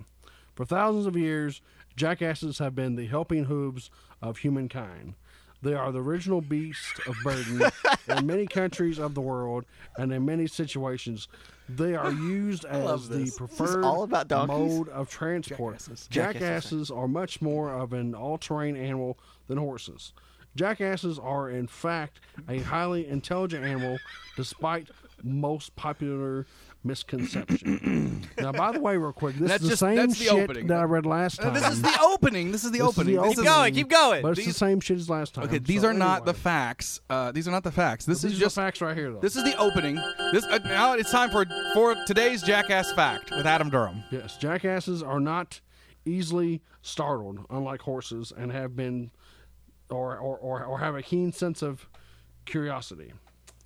Speaker 2: For thousands of years, jackasses have been the helping hooves of humankind. They are the original beast of burden in many countries of the world and in many situations. They are used as the preferred
Speaker 4: all about donkeys?
Speaker 2: mode of transport. Jackasses, are much more of an all terrain animal than horses. Jackasses are, in fact, a highly intelligent animal despite most popular misconception. now, by the way, real quick, this
Speaker 1: That's
Speaker 2: is the
Speaker 1: just-
Speaker 2: same
Speaker 1: that's the
Speaker 2: shit
Speaker 1: opening.
Speaker 2: that I read last
Speaker 1: Uh,
Speaker 2: time.
Speaker 1: This is the opening. This is the
Speaker 2: This is the
Speaker 1: opening. This
Speaker 9: Keep
Speaker 1: is-
Speaker 2: opening.
Speaker 9: going, keep going.
Speaker 2: but it's the
Speaker 1: these-
Speaker 2: same shit as last time.
Speaker 1: Okay, these
Speaker 2: So
Speaker 1: are not the
Speaker 2: anyway,
Speaker 1: facts. Uh, these are not the facts. This is
Speaker 2: These are the
Speaker 1: just
Speaker 2: facts right here, though.
Speaker 1: this is the opening. This uh, now it's time for for today's jackass fact with Adam Durham.
Speaker 2: Yes, jackasses are not easily startled, unlike horses, and have been, or or, or, or have a keen sense of curiosity.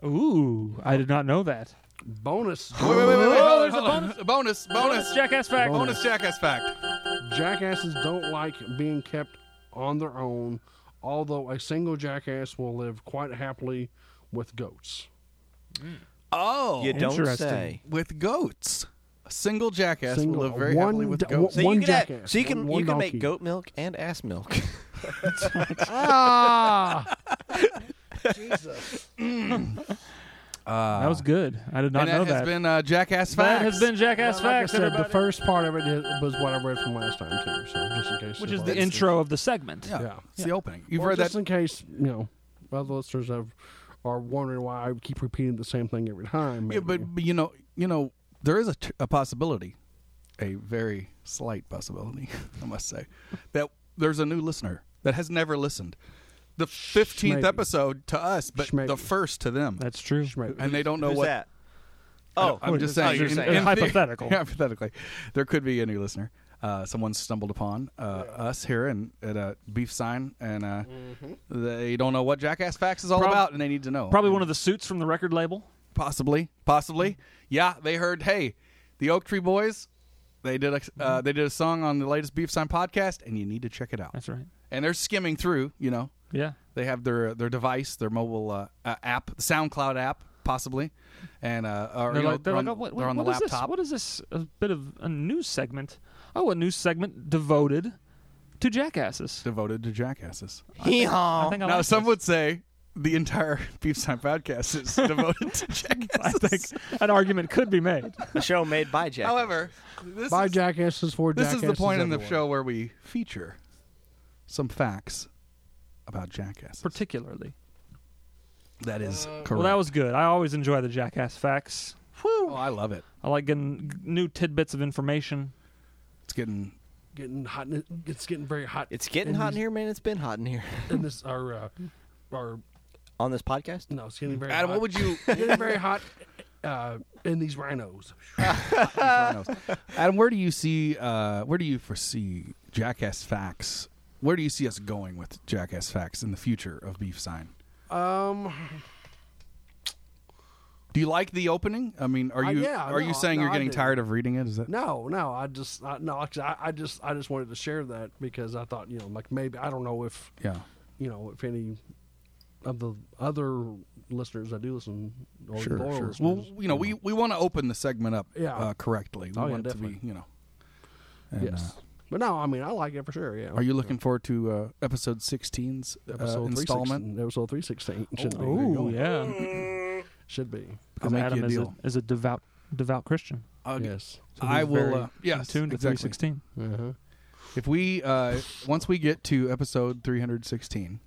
Speaker 3: Ooh, I did not know that.
Speaker 2: Bonus,
Speaker 1: Wait, wait, wait, wait, wait.
Speaker 3: Oh, there's a
Speaker 1: hold on. bonus, bonus, bonus,
Speaker 3: Jackass fact.
Speaker 1: bonus jackass fact.
Speaker 2: jackasses don't like being kept on their own, although a single jackass will live quite happily with goats.
Speaker 1: Oh,
Speaker 4: You don't
Speaker 3: Interesting.
Speaker 4: say.
Speaker 1: with goats, a single jackass
Speaker 2: Single-
Speaker 1: will live very
Speaker 2: one
Speaker 1: happily with
Speaker 2: da-
Speaker 1: goats.
Speaker 4: So
Speaker 2: One
Speaker 4: you can have-
Speaker 2: jackass,
Speaker 4: so you
Speaker 2: one-
Speaker 4: can you
Speaker 2: one
Speaker 4: can
Speaker 2: donkey.
Speaker 4: make goat milk and ass milk.
Speaker 2: ah, Jesus!
Speaker 3: That was good. I did not
Speaker 1: and
Speaker 3: know
Speaker 1: that has
Speaker 3: that.
Speaker 1: been uh, jackass
Speaker 3: that
Speaker 1: facts.
Speaker 3: has been Jackass
Speaker 2: like I
Speaker 3: facts,
Speaker 2: said,
Speaker 3: everybody.
Speaker 2: the first part of it is- was what I read from last time too. So just in case,
Speaker 3: which is the
Speaker 2: anybody-
Speaker 3: intro of the segment.
Speaker 1: yeah,
Speaker 2: yeah.
Speaker 1: it's the opening. You've
Speaker 2: Or
Speaker 1: heard
Speaker 2: just
Speaker 1: that.
Speaker 2: in case you know other listeners have are wondering why I keep repeating the same thing every time.
Speaker 1: Yeah,
Speaker 2: maybe.
Speaker 1: but, but you know, you know, there is a, t- a possibility, a very slight possibility, I must say, that there's a new listener that has never listened. The fifteenth
Speaker 2: Maybe.
Speaker 1: episode to us, but
Speaker 2: Maybe.
Speaker 1: the first to them,
Speaker 3: That's true.
Speaker 1: and they don't know
Speaker 4: Who's
Speaker 1: what.
Speaker 4: that?
Speaker 1: I
Speaker 4: Oh,
Speaker 1: don't- I'm just
Speaker 3: Oh,
Speaker 1: saying.
Speaker 3: you're
Speaker 1: in-
Speaker 3: saying-
Speaker 1: in the-
Speaker 3: hypothetical.
Speaker 1: hypothetically, there could be a new listener. Uh, someone stumbled upon uh, us here and at a beef sign, and uh, they don't know what Jackass Facts is all
Speaker 3: Prob-
Speaker 1: about, and they need to know.
Speaker 3: Probably one of the suits from the record label.
Speaker 1: possibly, possibly. Yeah, they heard. Hey, the Oak Tree Boys. They did a
Speaker 3: Mm-hmm.
Speaker 1: uh, they did a song on the latest Beef Sign podcast, and you need to check it out.
Speaker 3: That's right.
Speaker 1: And they're skimming through. You know,
Speaker 3: Yeah.
Speaker 1: they have their their device, their mobile uh, uh, app, the SoundCloud app, possibly, and uh, or,
Speaker 3: They're
Speaker 1: you know,
Speaker 3: like, they're
Speaker 1: on,
Speaker 3: like, oh, what,
Speaker 1: they're on
Speaker 3: what
Speaker 1: the
Speaker 3: is this?
Speaker 1: laptop.
Speaker 3: What is this? A bit of a news segment. Oh, a news segment devoted to jackasses.
Speaker 1: devoted to jackasses.
Speaker 3: I
Speaker 4: Hee-haw.
Speaker 3: think I
Speaker 1: now,
Speaker 3: like
Speaker 1: some
Speaker 3: this.
Speaker 1: would say the entire Beef Sign podcast is devoted to
Speaker 3: I
Speaker 1: jackasses.
Speaker 3: think an argument could be made.
Speaker 4: a show made by Jack.
Speaker 1: However, this,
Speaker 2: By
Speaker 1: is,
Speaker 2: jackasses for
Speaker 1: this
Speaker 2: jackasses
Speaker 1: is the point in the
Speaker 2: everywhere.
Speaker 1: show where we feature some facts about jackasses.
Speaker 3: Particularly.
Speaker 1: that is
Speaker 2: Uh,
Speaker 1: correct.
Speaker 3: Well, that was good. I always enjoy the jackass facts.
Speaker 1: oh, I love it.
Speaker 3: I like getting g- new tidbits of information.
Speaker 1: It's getting
Speaker 2: Getting hot. in- It's getting very hot.
Speaker 4: It's getting hot in here, man. It's been hot in here
Speaker 2: in this our uh, our
Speaker 4: on this podcast.
Speaker 2: no. It's getting very.
Speaker 1: Adam.
Speaker 2: hot.
Speaker 1: What would you?
Speaker 2: getting very hot uh, in these rhinos.
Speaker 1: Adam, where do you see? Uh, where do you foresee jackass facts? Where do you see us going with jackass facts in the future of Beef Sign?
Speaker 2: Um,
Speaker 1: Do you like the opening? I mean, are
Speaker 2: Uh,
Speaker 1: you
Speaker 2: yeah,
Speaker 1: are
Speaker 2: no,
Speaker 1: you saying
Speaker 2: no,
Speaker 1: you're
Speaker 2: I
Speaker 1: getting
Speaker 2: do.
Speaker 1: tired of reading it? Is that
Speaker 2: no, no. I just I, no. actually, I, I just I just wanted to share that because I thought you know like maybe I don't know if
Speaker 1: yeah?
Speaker 2: you know if any of the other listeners that do listen or
Speaker 1: Sure,
Speaker 2: loyal
Speaker 1: sure.
Speaker 2: listeners-
Speaker 1: Well, you know, we, we want to open the segment up
Speaker 2: Yeah.
Speaker 1: uh, correctly. We
Speaker 2: Oh, yeah,
Speaker 1: want it to be,
Speaker 2: definitely.
Speaker 1: you know. And,
Speaker 2: yes. but no, I mean I like it for sure. Yeah.
Speaker 1: uh, are you looking forward to uh, episode 16's uh,
Speaker 2: episode
Speaker 1: installment?
Speaker 2: 316, Episode three sixteen should be
Speaker 3: Oh, yeah.
Speaker 2: should be
Speaker 1: I'll
Speaker 3: Because
Speaker 1: make
Speaker 3: Adam
Speaker 1: you a
Speaker 3: is,
Speaker 1: deal.
Speaker 3: a, is a devout devout Christian.
Speaker 1: I'll get-
Speaker 2: yes.
Speaker 3: So
Speaker 1: I
Speaker 3: he's
Speaker 1: will.
Speaker 3: very
Speaker 1: Uh, yes,
Speaker 3: in tune to
Speaker 1: exactly.
Speaker 3: 316.
Speaker 2: Uh-huh.
Speaker 1: If we uh, once we get to episode 316,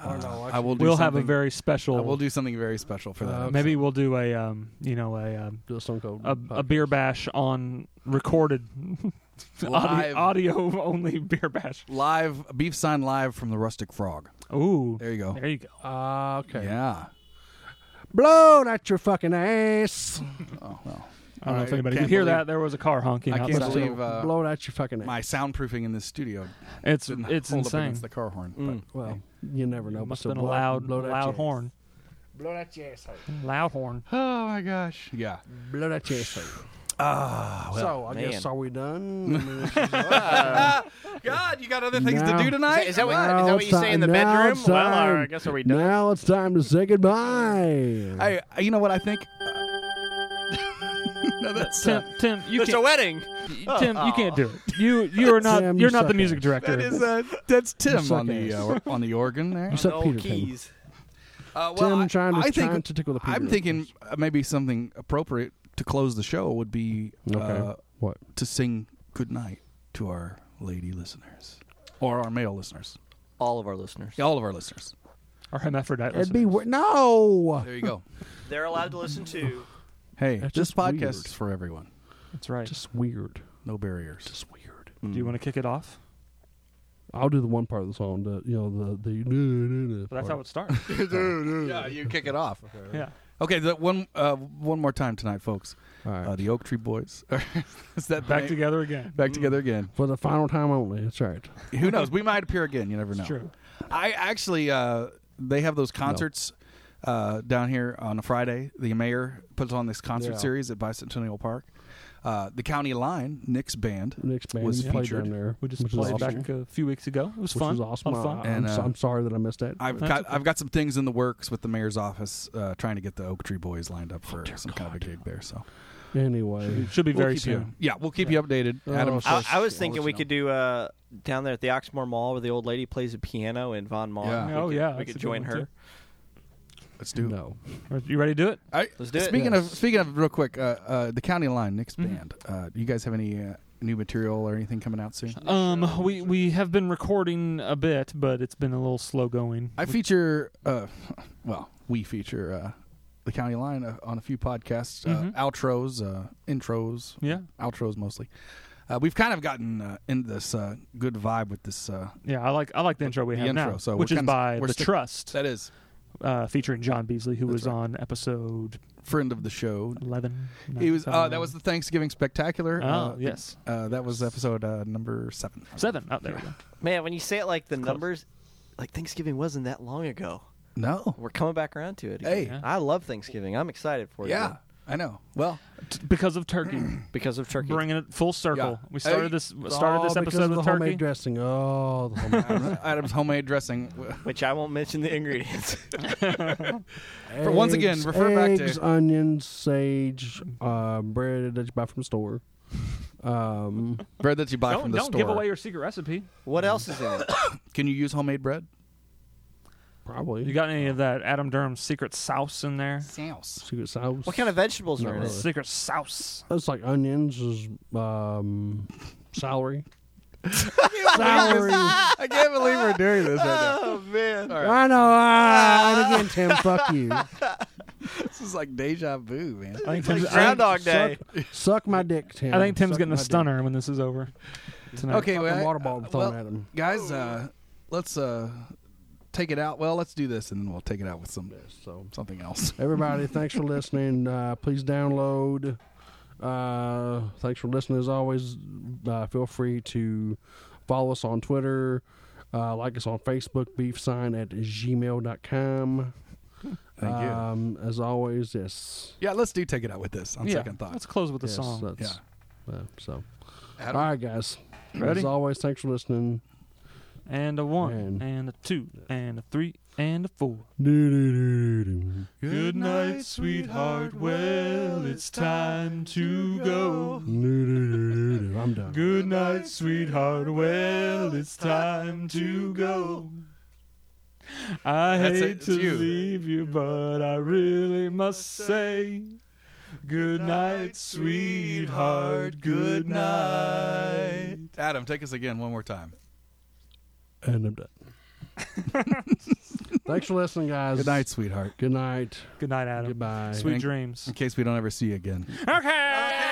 Speaker 2: I don't know.
Speaker 1: I will. Do
Speaker 3: We'll have a
Speaker 1: something-
Speaker 3: very
Speaker 1: I
Speaker 3: special.
Speaker 1: will do something very special for that.
Speaker 2: Uh,
Speaker 1: episode.
Speaker 3: Maybe we'll do a um, you know a um,
Speaker 2: do a Stone Cold
Speaker 3: a, a
Speaker 2: podcast.
Speaker 3: beer bash on recorded
Speaker 1: Live.
Speaker 3: audio, audio only beer bash.
Speaker 1: live beef sign live from the rustic frog.
Speaker 3: Ooh,
Speaker 1: There you go.
Speaker 3: there you go.
Speaker 2: Ah, okay.
Speaker 1: Yeah.
Speaker 2: Blown at your fucking ass.
Speaker 1: Oh well.
Speaker 3: I don't know if
Speaker 1: I
Speaker 3: anybody
Speaker 1: can't
Speaker 3: could hear
Speaker 1: believe-
Speaker 3: that. There was a car honking
Speaker 1: I can't
Speaker 3: outside.
Speaker 1: believe- uh,
Speaker 2: blown at your fucking ass.
Speaker 1: My soundproofing in this studio.
Speaker 3: it's
Speaker 1: didn't
Speaker 3: it's
Speaker 1: hold Up
Speaker 3: insane.
Speaker 1: against the car horn.
Speaker 4: Mm.
Speaker 1: But,
Speaker 2: Well, you never know.
Speaker 3: It
Speaker 2: but
Speaker 3: must
Speaker 2: still,
Speaker 3: have been a
Speaker 2: blow-
Speaker 3: loud
Speaker 2: blow that
Speaker 3: loud
Speaker 2: chest.
Speaker 3: horn.
Speaker 2: Blow that your asshole.
Speaker 3: Loud horn.
Speaker 1: Oh my gosh. Yeah.
Speaker 2: Blow that your asshole.
Speaker 10: Ah, well,
Speaker 2: so I
Speaker 4: man.
Speaker 2: guess are we done? I mean, it's just-
Speaker 1: God, you got other things
Speaker 2: No.
Speaker 1: to do tonight?
Speaker 9: Is that what,
Speaker 2: Now
Speaker 9: is that what
Speaker 2: it's
Speaker 9: you say in the
Speaker 2: ti- now
Speaker 9: bedroom?
Speaker 2: it's
Speaker 9: Well, all
Speaker 2: time.
Speaker 9: right, I guess are we done?
Speaker 2: now it's time to say goodbye.
Speaker 1: I, I- uh, you know what I think? no, that's uh,
Speaker 3: Tim, Tim, you
Speaker 9: There's
Speaker 3: can't.
Speaker 9: a wedding.
Speaker 3: Tim, you can't do it. You, you are not.
Speaker 2: Tim,
Speaker 3: you're
Speaker 2: you
Speaker 3: not the
Speaker 2: suck
Speaker 3: music director.
Speaker 1: that is uh, that's Tim
Speaker 2: suck
Speaker 1: on the
Speaker 2: ass.
Speaker 1: uh, on the organ there.
Speaker 2: you said
Speaker 9: No
Speaker 2: Peter Pan.
Speaker 9: keys.
Speaker 1: Uh,
Speaker 2: Tim trying to- trying to tickle the Peter,
Speaker 1: I'm
Speaker 2: of
Speaker 1: thinking uh, maybe something appropriate to close the show would be uh,
Speaker 2: Okay. What?
Speaker 1: to sing goodnight to our lady listeners or our male listeners,
Speaker 4: All of our listeners.
Speaker 1: Yeah, all of our listeners.
Speaker 3: Our hermaphrodite.
Speaker 2: It'd be
Speaker 3: listeners.
Speaker 2: weird. No.
Speaker 1: There you go.
Speaker 9: They're allowed to listen to.
Speaker 1: Hey,
Speaker 2: That's
Speaker 1: this
Speaker 2: just
Speaker 1: podcast
Speaker 2: weird.
Speaker 1: is for everyone.
Speaker 3: That's right.
Speaker 2: Just weird.
Speaker 1: No barriers.
Speaker 2: Just weird.
Speaker 3: do
Speaker 1: Mm.
Speaker 3: you want to kick it off?
Speaker 2: I'll do the one part of the song. The you know the the.
Speaker 3: Well, that's how
Speaker 2: part.
Speaker 3: it starts.
Speaker 1: yeah, you kick it off.
Speaker 3: yeah.
Speaker 1: Okay, the one uh, one more time tonight, folks.
Speaker 2: All right.
Speaker 1: Uh, the Oak Tree Boys. Mm-hmm. is that the
Speaker 3: Back
Speaker 1: name?
Speaker 3: together again.
Speaker 1: Back together again.
Speaker 2: For the final time only. That's right.
Speaker 1: Who knows? We might appear again. You never know.
Speaker 3: It's true.
Speaker 1: I actually, uh, they have those concerts uh, down here on a Friday. The mayor puts on this concert
Speaker 2: Yeah.
Speaker 1: series at Bicentennial Park. Uh, the county line, Nick's band,
Speaker 2: Next band
Speaker 1: was
Speaker 2: you played
Speaker 1: featured.
Speaker 2: down there.
Speaker 3: We just
Speaker 2: which is
Speaker 3: played
Speaker 2: awesome.
Speaker 3: back a few weeks ago. It was
Speaker 2: Which
Speaker 3: fun.
Speaker 2: was awesome.
Speaker 3: A lot of fun.
Speaker 2: I, am
Speaker 1: And, uh,
Speaker 2: sorry that I missed that.
Speaker 1: I've
Speaker 3: That's
Speaker 1: got
Speaker 3: okay.
Speaker 1: I've got some things in the works with the mayor's office, uh, trying to get the Oak Tree Boys lined up for some kind of a gig there. So
Speaker 2: anyway,
Speaker 3: Should be
Speaker 1: We'll
Speaker 3: very
Speaker 1: keep
Speaker 3: soon.
Speaker 1: you- yeah, we'll keep you updated.
Speaker 2: Oh,
Speaker 1: Adam,
Speaker 2: sure.
Speaker 4: I,
Speaker 1: Schiff.
Speaker 4: I was
Speaker 1: I'll
Speaker 4: thinking
Speaker 1: let
Speaker 4: we
Speaker 1: you
Speaker 4: could do uh, down there at the Oxmoor Mall where the old lady plays the piano and Von Maur.
Speaker 1: Yeah.
Speaker 4: We
Speaker 3: Oh,
Speaker 4: could-
Speaker 3: yeah,
Speaker 4: we
Speaker 3: that's a
Speaker 4: could
Speaker 3: good
Speaker 4: join
Speaker 3: one,
Speaker 4: her.
Speaker 3: too.
Speaker 1: Let's do. it.
Speaker 2: no.
Speaker 3: Are You ready to do it?
Speaker 1: I,
Speaker 4: Let's do it.
Speaker 1: speaking of
Speaker 2: Yes.
Speaker 1: speaking of real quick, uh, uh, the county line, Nick's band. Uh, do you guys have any uh, new material or anything coming out soon?
Speaker 3: Um, we we have been recording a bit, but it's been a little slow going.
Speaker 1: I feature, uh, well, we feature uh, the county line uh, on a few podcasts, uh,
Speaker 3: Mhm.
Speaker 1: outros, uh, intros,
Speaker 3: Yeah,
Speaker 1: outros mostly. Uh, we've kind of gotten uh, in this uh, good vibe with this. Uh,
Speaker 3: yeah. I like I like the intro we
Speaker 1: The
Speaker 3: have
Speaker 1: intro,
Speaker 3: now,
Speaker 1: so
Speaker 3: which
Speaker 1: we're
Speaker 3: is
Speaker 1: kinda-
Speaker 3: by
Speaker 1: we're
Speaker 3: the
Speaker 1: stick-
Speaker 3: Trust,
Speaker 1: that is
Speaker 3: uh, featuring John Beasley, who
Speaker 1: That's
Speaker 3: was
Speaker 1: right.
Speaker 3: on episode
Speaker 1: friend of the show.
Speaker 3: eleven.
Speaker 1: He was. Uh, that was the Thanksgiving spectacular.
Speaker 3: Oh,
Speaker 1: uh,
Speaker 3: yes.
Speaker 1: uh, that was episode uh, number seven.
Speaker 3: seven. Oh, there we go.
Speaker 4: Man, when you say it like the numbers, like Thanksgiving wasn't that long ago.
Speaker 1: No.
Speaker 4: We're coming back around to it. Again.
Speaker 1: Hey.
Speaker 3: Yeah.
Speaker 4: I love Thanksgiving. I'm excited for it.
Speaker 1: Yeah,
Speaker 4: again.
Speaker 1: I know. Well,
Speaker 3: T- because of turkey,
Speaker 4: because of turkey.
Speaker 3: bringing it full circle.
Speaker 1: Yeah.
Speaker 3: We started
Speaker 1: Hey,
Speaker 3: this started
Speaker 2: Oh,
Speaker 3: this
Speaker 2: because of
Speaker 3: episode
Speaker 2: the
Speaker 3: with
Speaker 2: homemade
Speaker 3: turkey.
Speaker 2: dressing. Oh, the homemade
Speaker 1: Adam's homemade dressing.
Speaker 4: Which I won't mention the ingredients.
Speaker 2: For
Speaker 1: once again, refer back to-
Speaker 2: eggs, onions, sage, uh, bread that you buy from the store. Um,
Speaker 1: Bread that you buy
Speaker 3: Don't
Speaker 1: from the
Speaker 3: don't
Speaker 1: store.
Speaker 3: give away your secret recipe.
Speaker 4: what else is in it?
Speaker 1: Can you use homemade bread?
Speaker 2: probably
Speaker 3: You got any of that Adam Durham's secret sauce in there?
Speaker 1: Sauce.
Speaker 2: secret sauce.
Speaker 4: What kind of vegetables are in
Speaker 2: Not
Speaker 4: it?
Speaker 2: really.
Speaker 3: Secret sauce.
Speaker 2: It's like onions is um, celery. celery.
Speaker 1: I can't believe we're doing this right now.
Speaker 4: Oh man.
Speaker 2: I know. Ah, and again, Tim, fuck you.
Speaker 1: This is like deja vu, man.
Speaker 3: I think
Speaker 4: Like
Speaker 3: Tim's, I think-
Speaker 4: Groundhog Day.
Speaker 2: Suck my dick, Tim.
Speaker 3: I think Tim's
Speaker 2: Suck
Speaker 3: gonna
Speaker 2: my dick.
Speaker 3: stun her when this is over. Tonight.
Speaker 1: Okay,
Speaker 2: Fucking
Speaker 1: well, I-
Speaker 2: water ball
Speaker 1: uh,
Speaker 2: thrown
Speaker 1: well,
Speaker 2: at him.
Speaker 1: guys, uh, let's uh, take it out. Well, let's do this, and then we'll take it out with some
Speaker 2: So
Speaker 1: something else.
Speaker 2: everybody, thanks for listening. Uh, please download. Uh, thanks for listening. As always, uh, feel free to follow us on Twitter. Uh, like us on Facebook, beefsign at gmail.com.
Speaker 1: Thank you.
Speaker 2: Um, as always, yes.
Speaker 1: Uh, yeah, let's do take it out with this on
Speaker 3: yeah,
Speaker 1: second thought.
Speaker 3: Let's close with the
Speaker 2: yes,
Speaker 3: song.
Speaker 2: that's- uh, so,
Speaker 1: Adam?
Speaker 2: all right, guys.
Speaker 3: Ready?
Speaker 2: As always, thanks for listening.
Speaker 3: and a one,
Speaker 2: Man.
Speaker 3: and a two, and a three, and a four.
Speaker 2: Do-do-do-do.
Speaker 1: Good night, sweetheart. Well, it's time to go.
Speaker 2: Do-do-do-do-do. I'm done.
Speaker 3: Good night, sweetheart. Well, it's time to go. I
Speaker 1: That's it,
Speaker 3: hate
Speaker 1: it's
Speaker 3: to
Speaker 1: you.
Speaker 3: leave you, but I really must say, good night, sweetheart. Good night.
Speaker 1: Adam, take us again one more time.
Speaker 2: And I'm done. thanks for listening, guys.
Speaker 1: Good night, sweetheart.
Speaker 2: Good night.
Speaker 3: Good night, Adam.
Speaker 2: Goodbye.
Speaker 3: Sweet
Speaker 1: Thank-
Speaker 3: dreams.
Speaker 1: In case we don't ever see you again.
Speaker 3: Okay.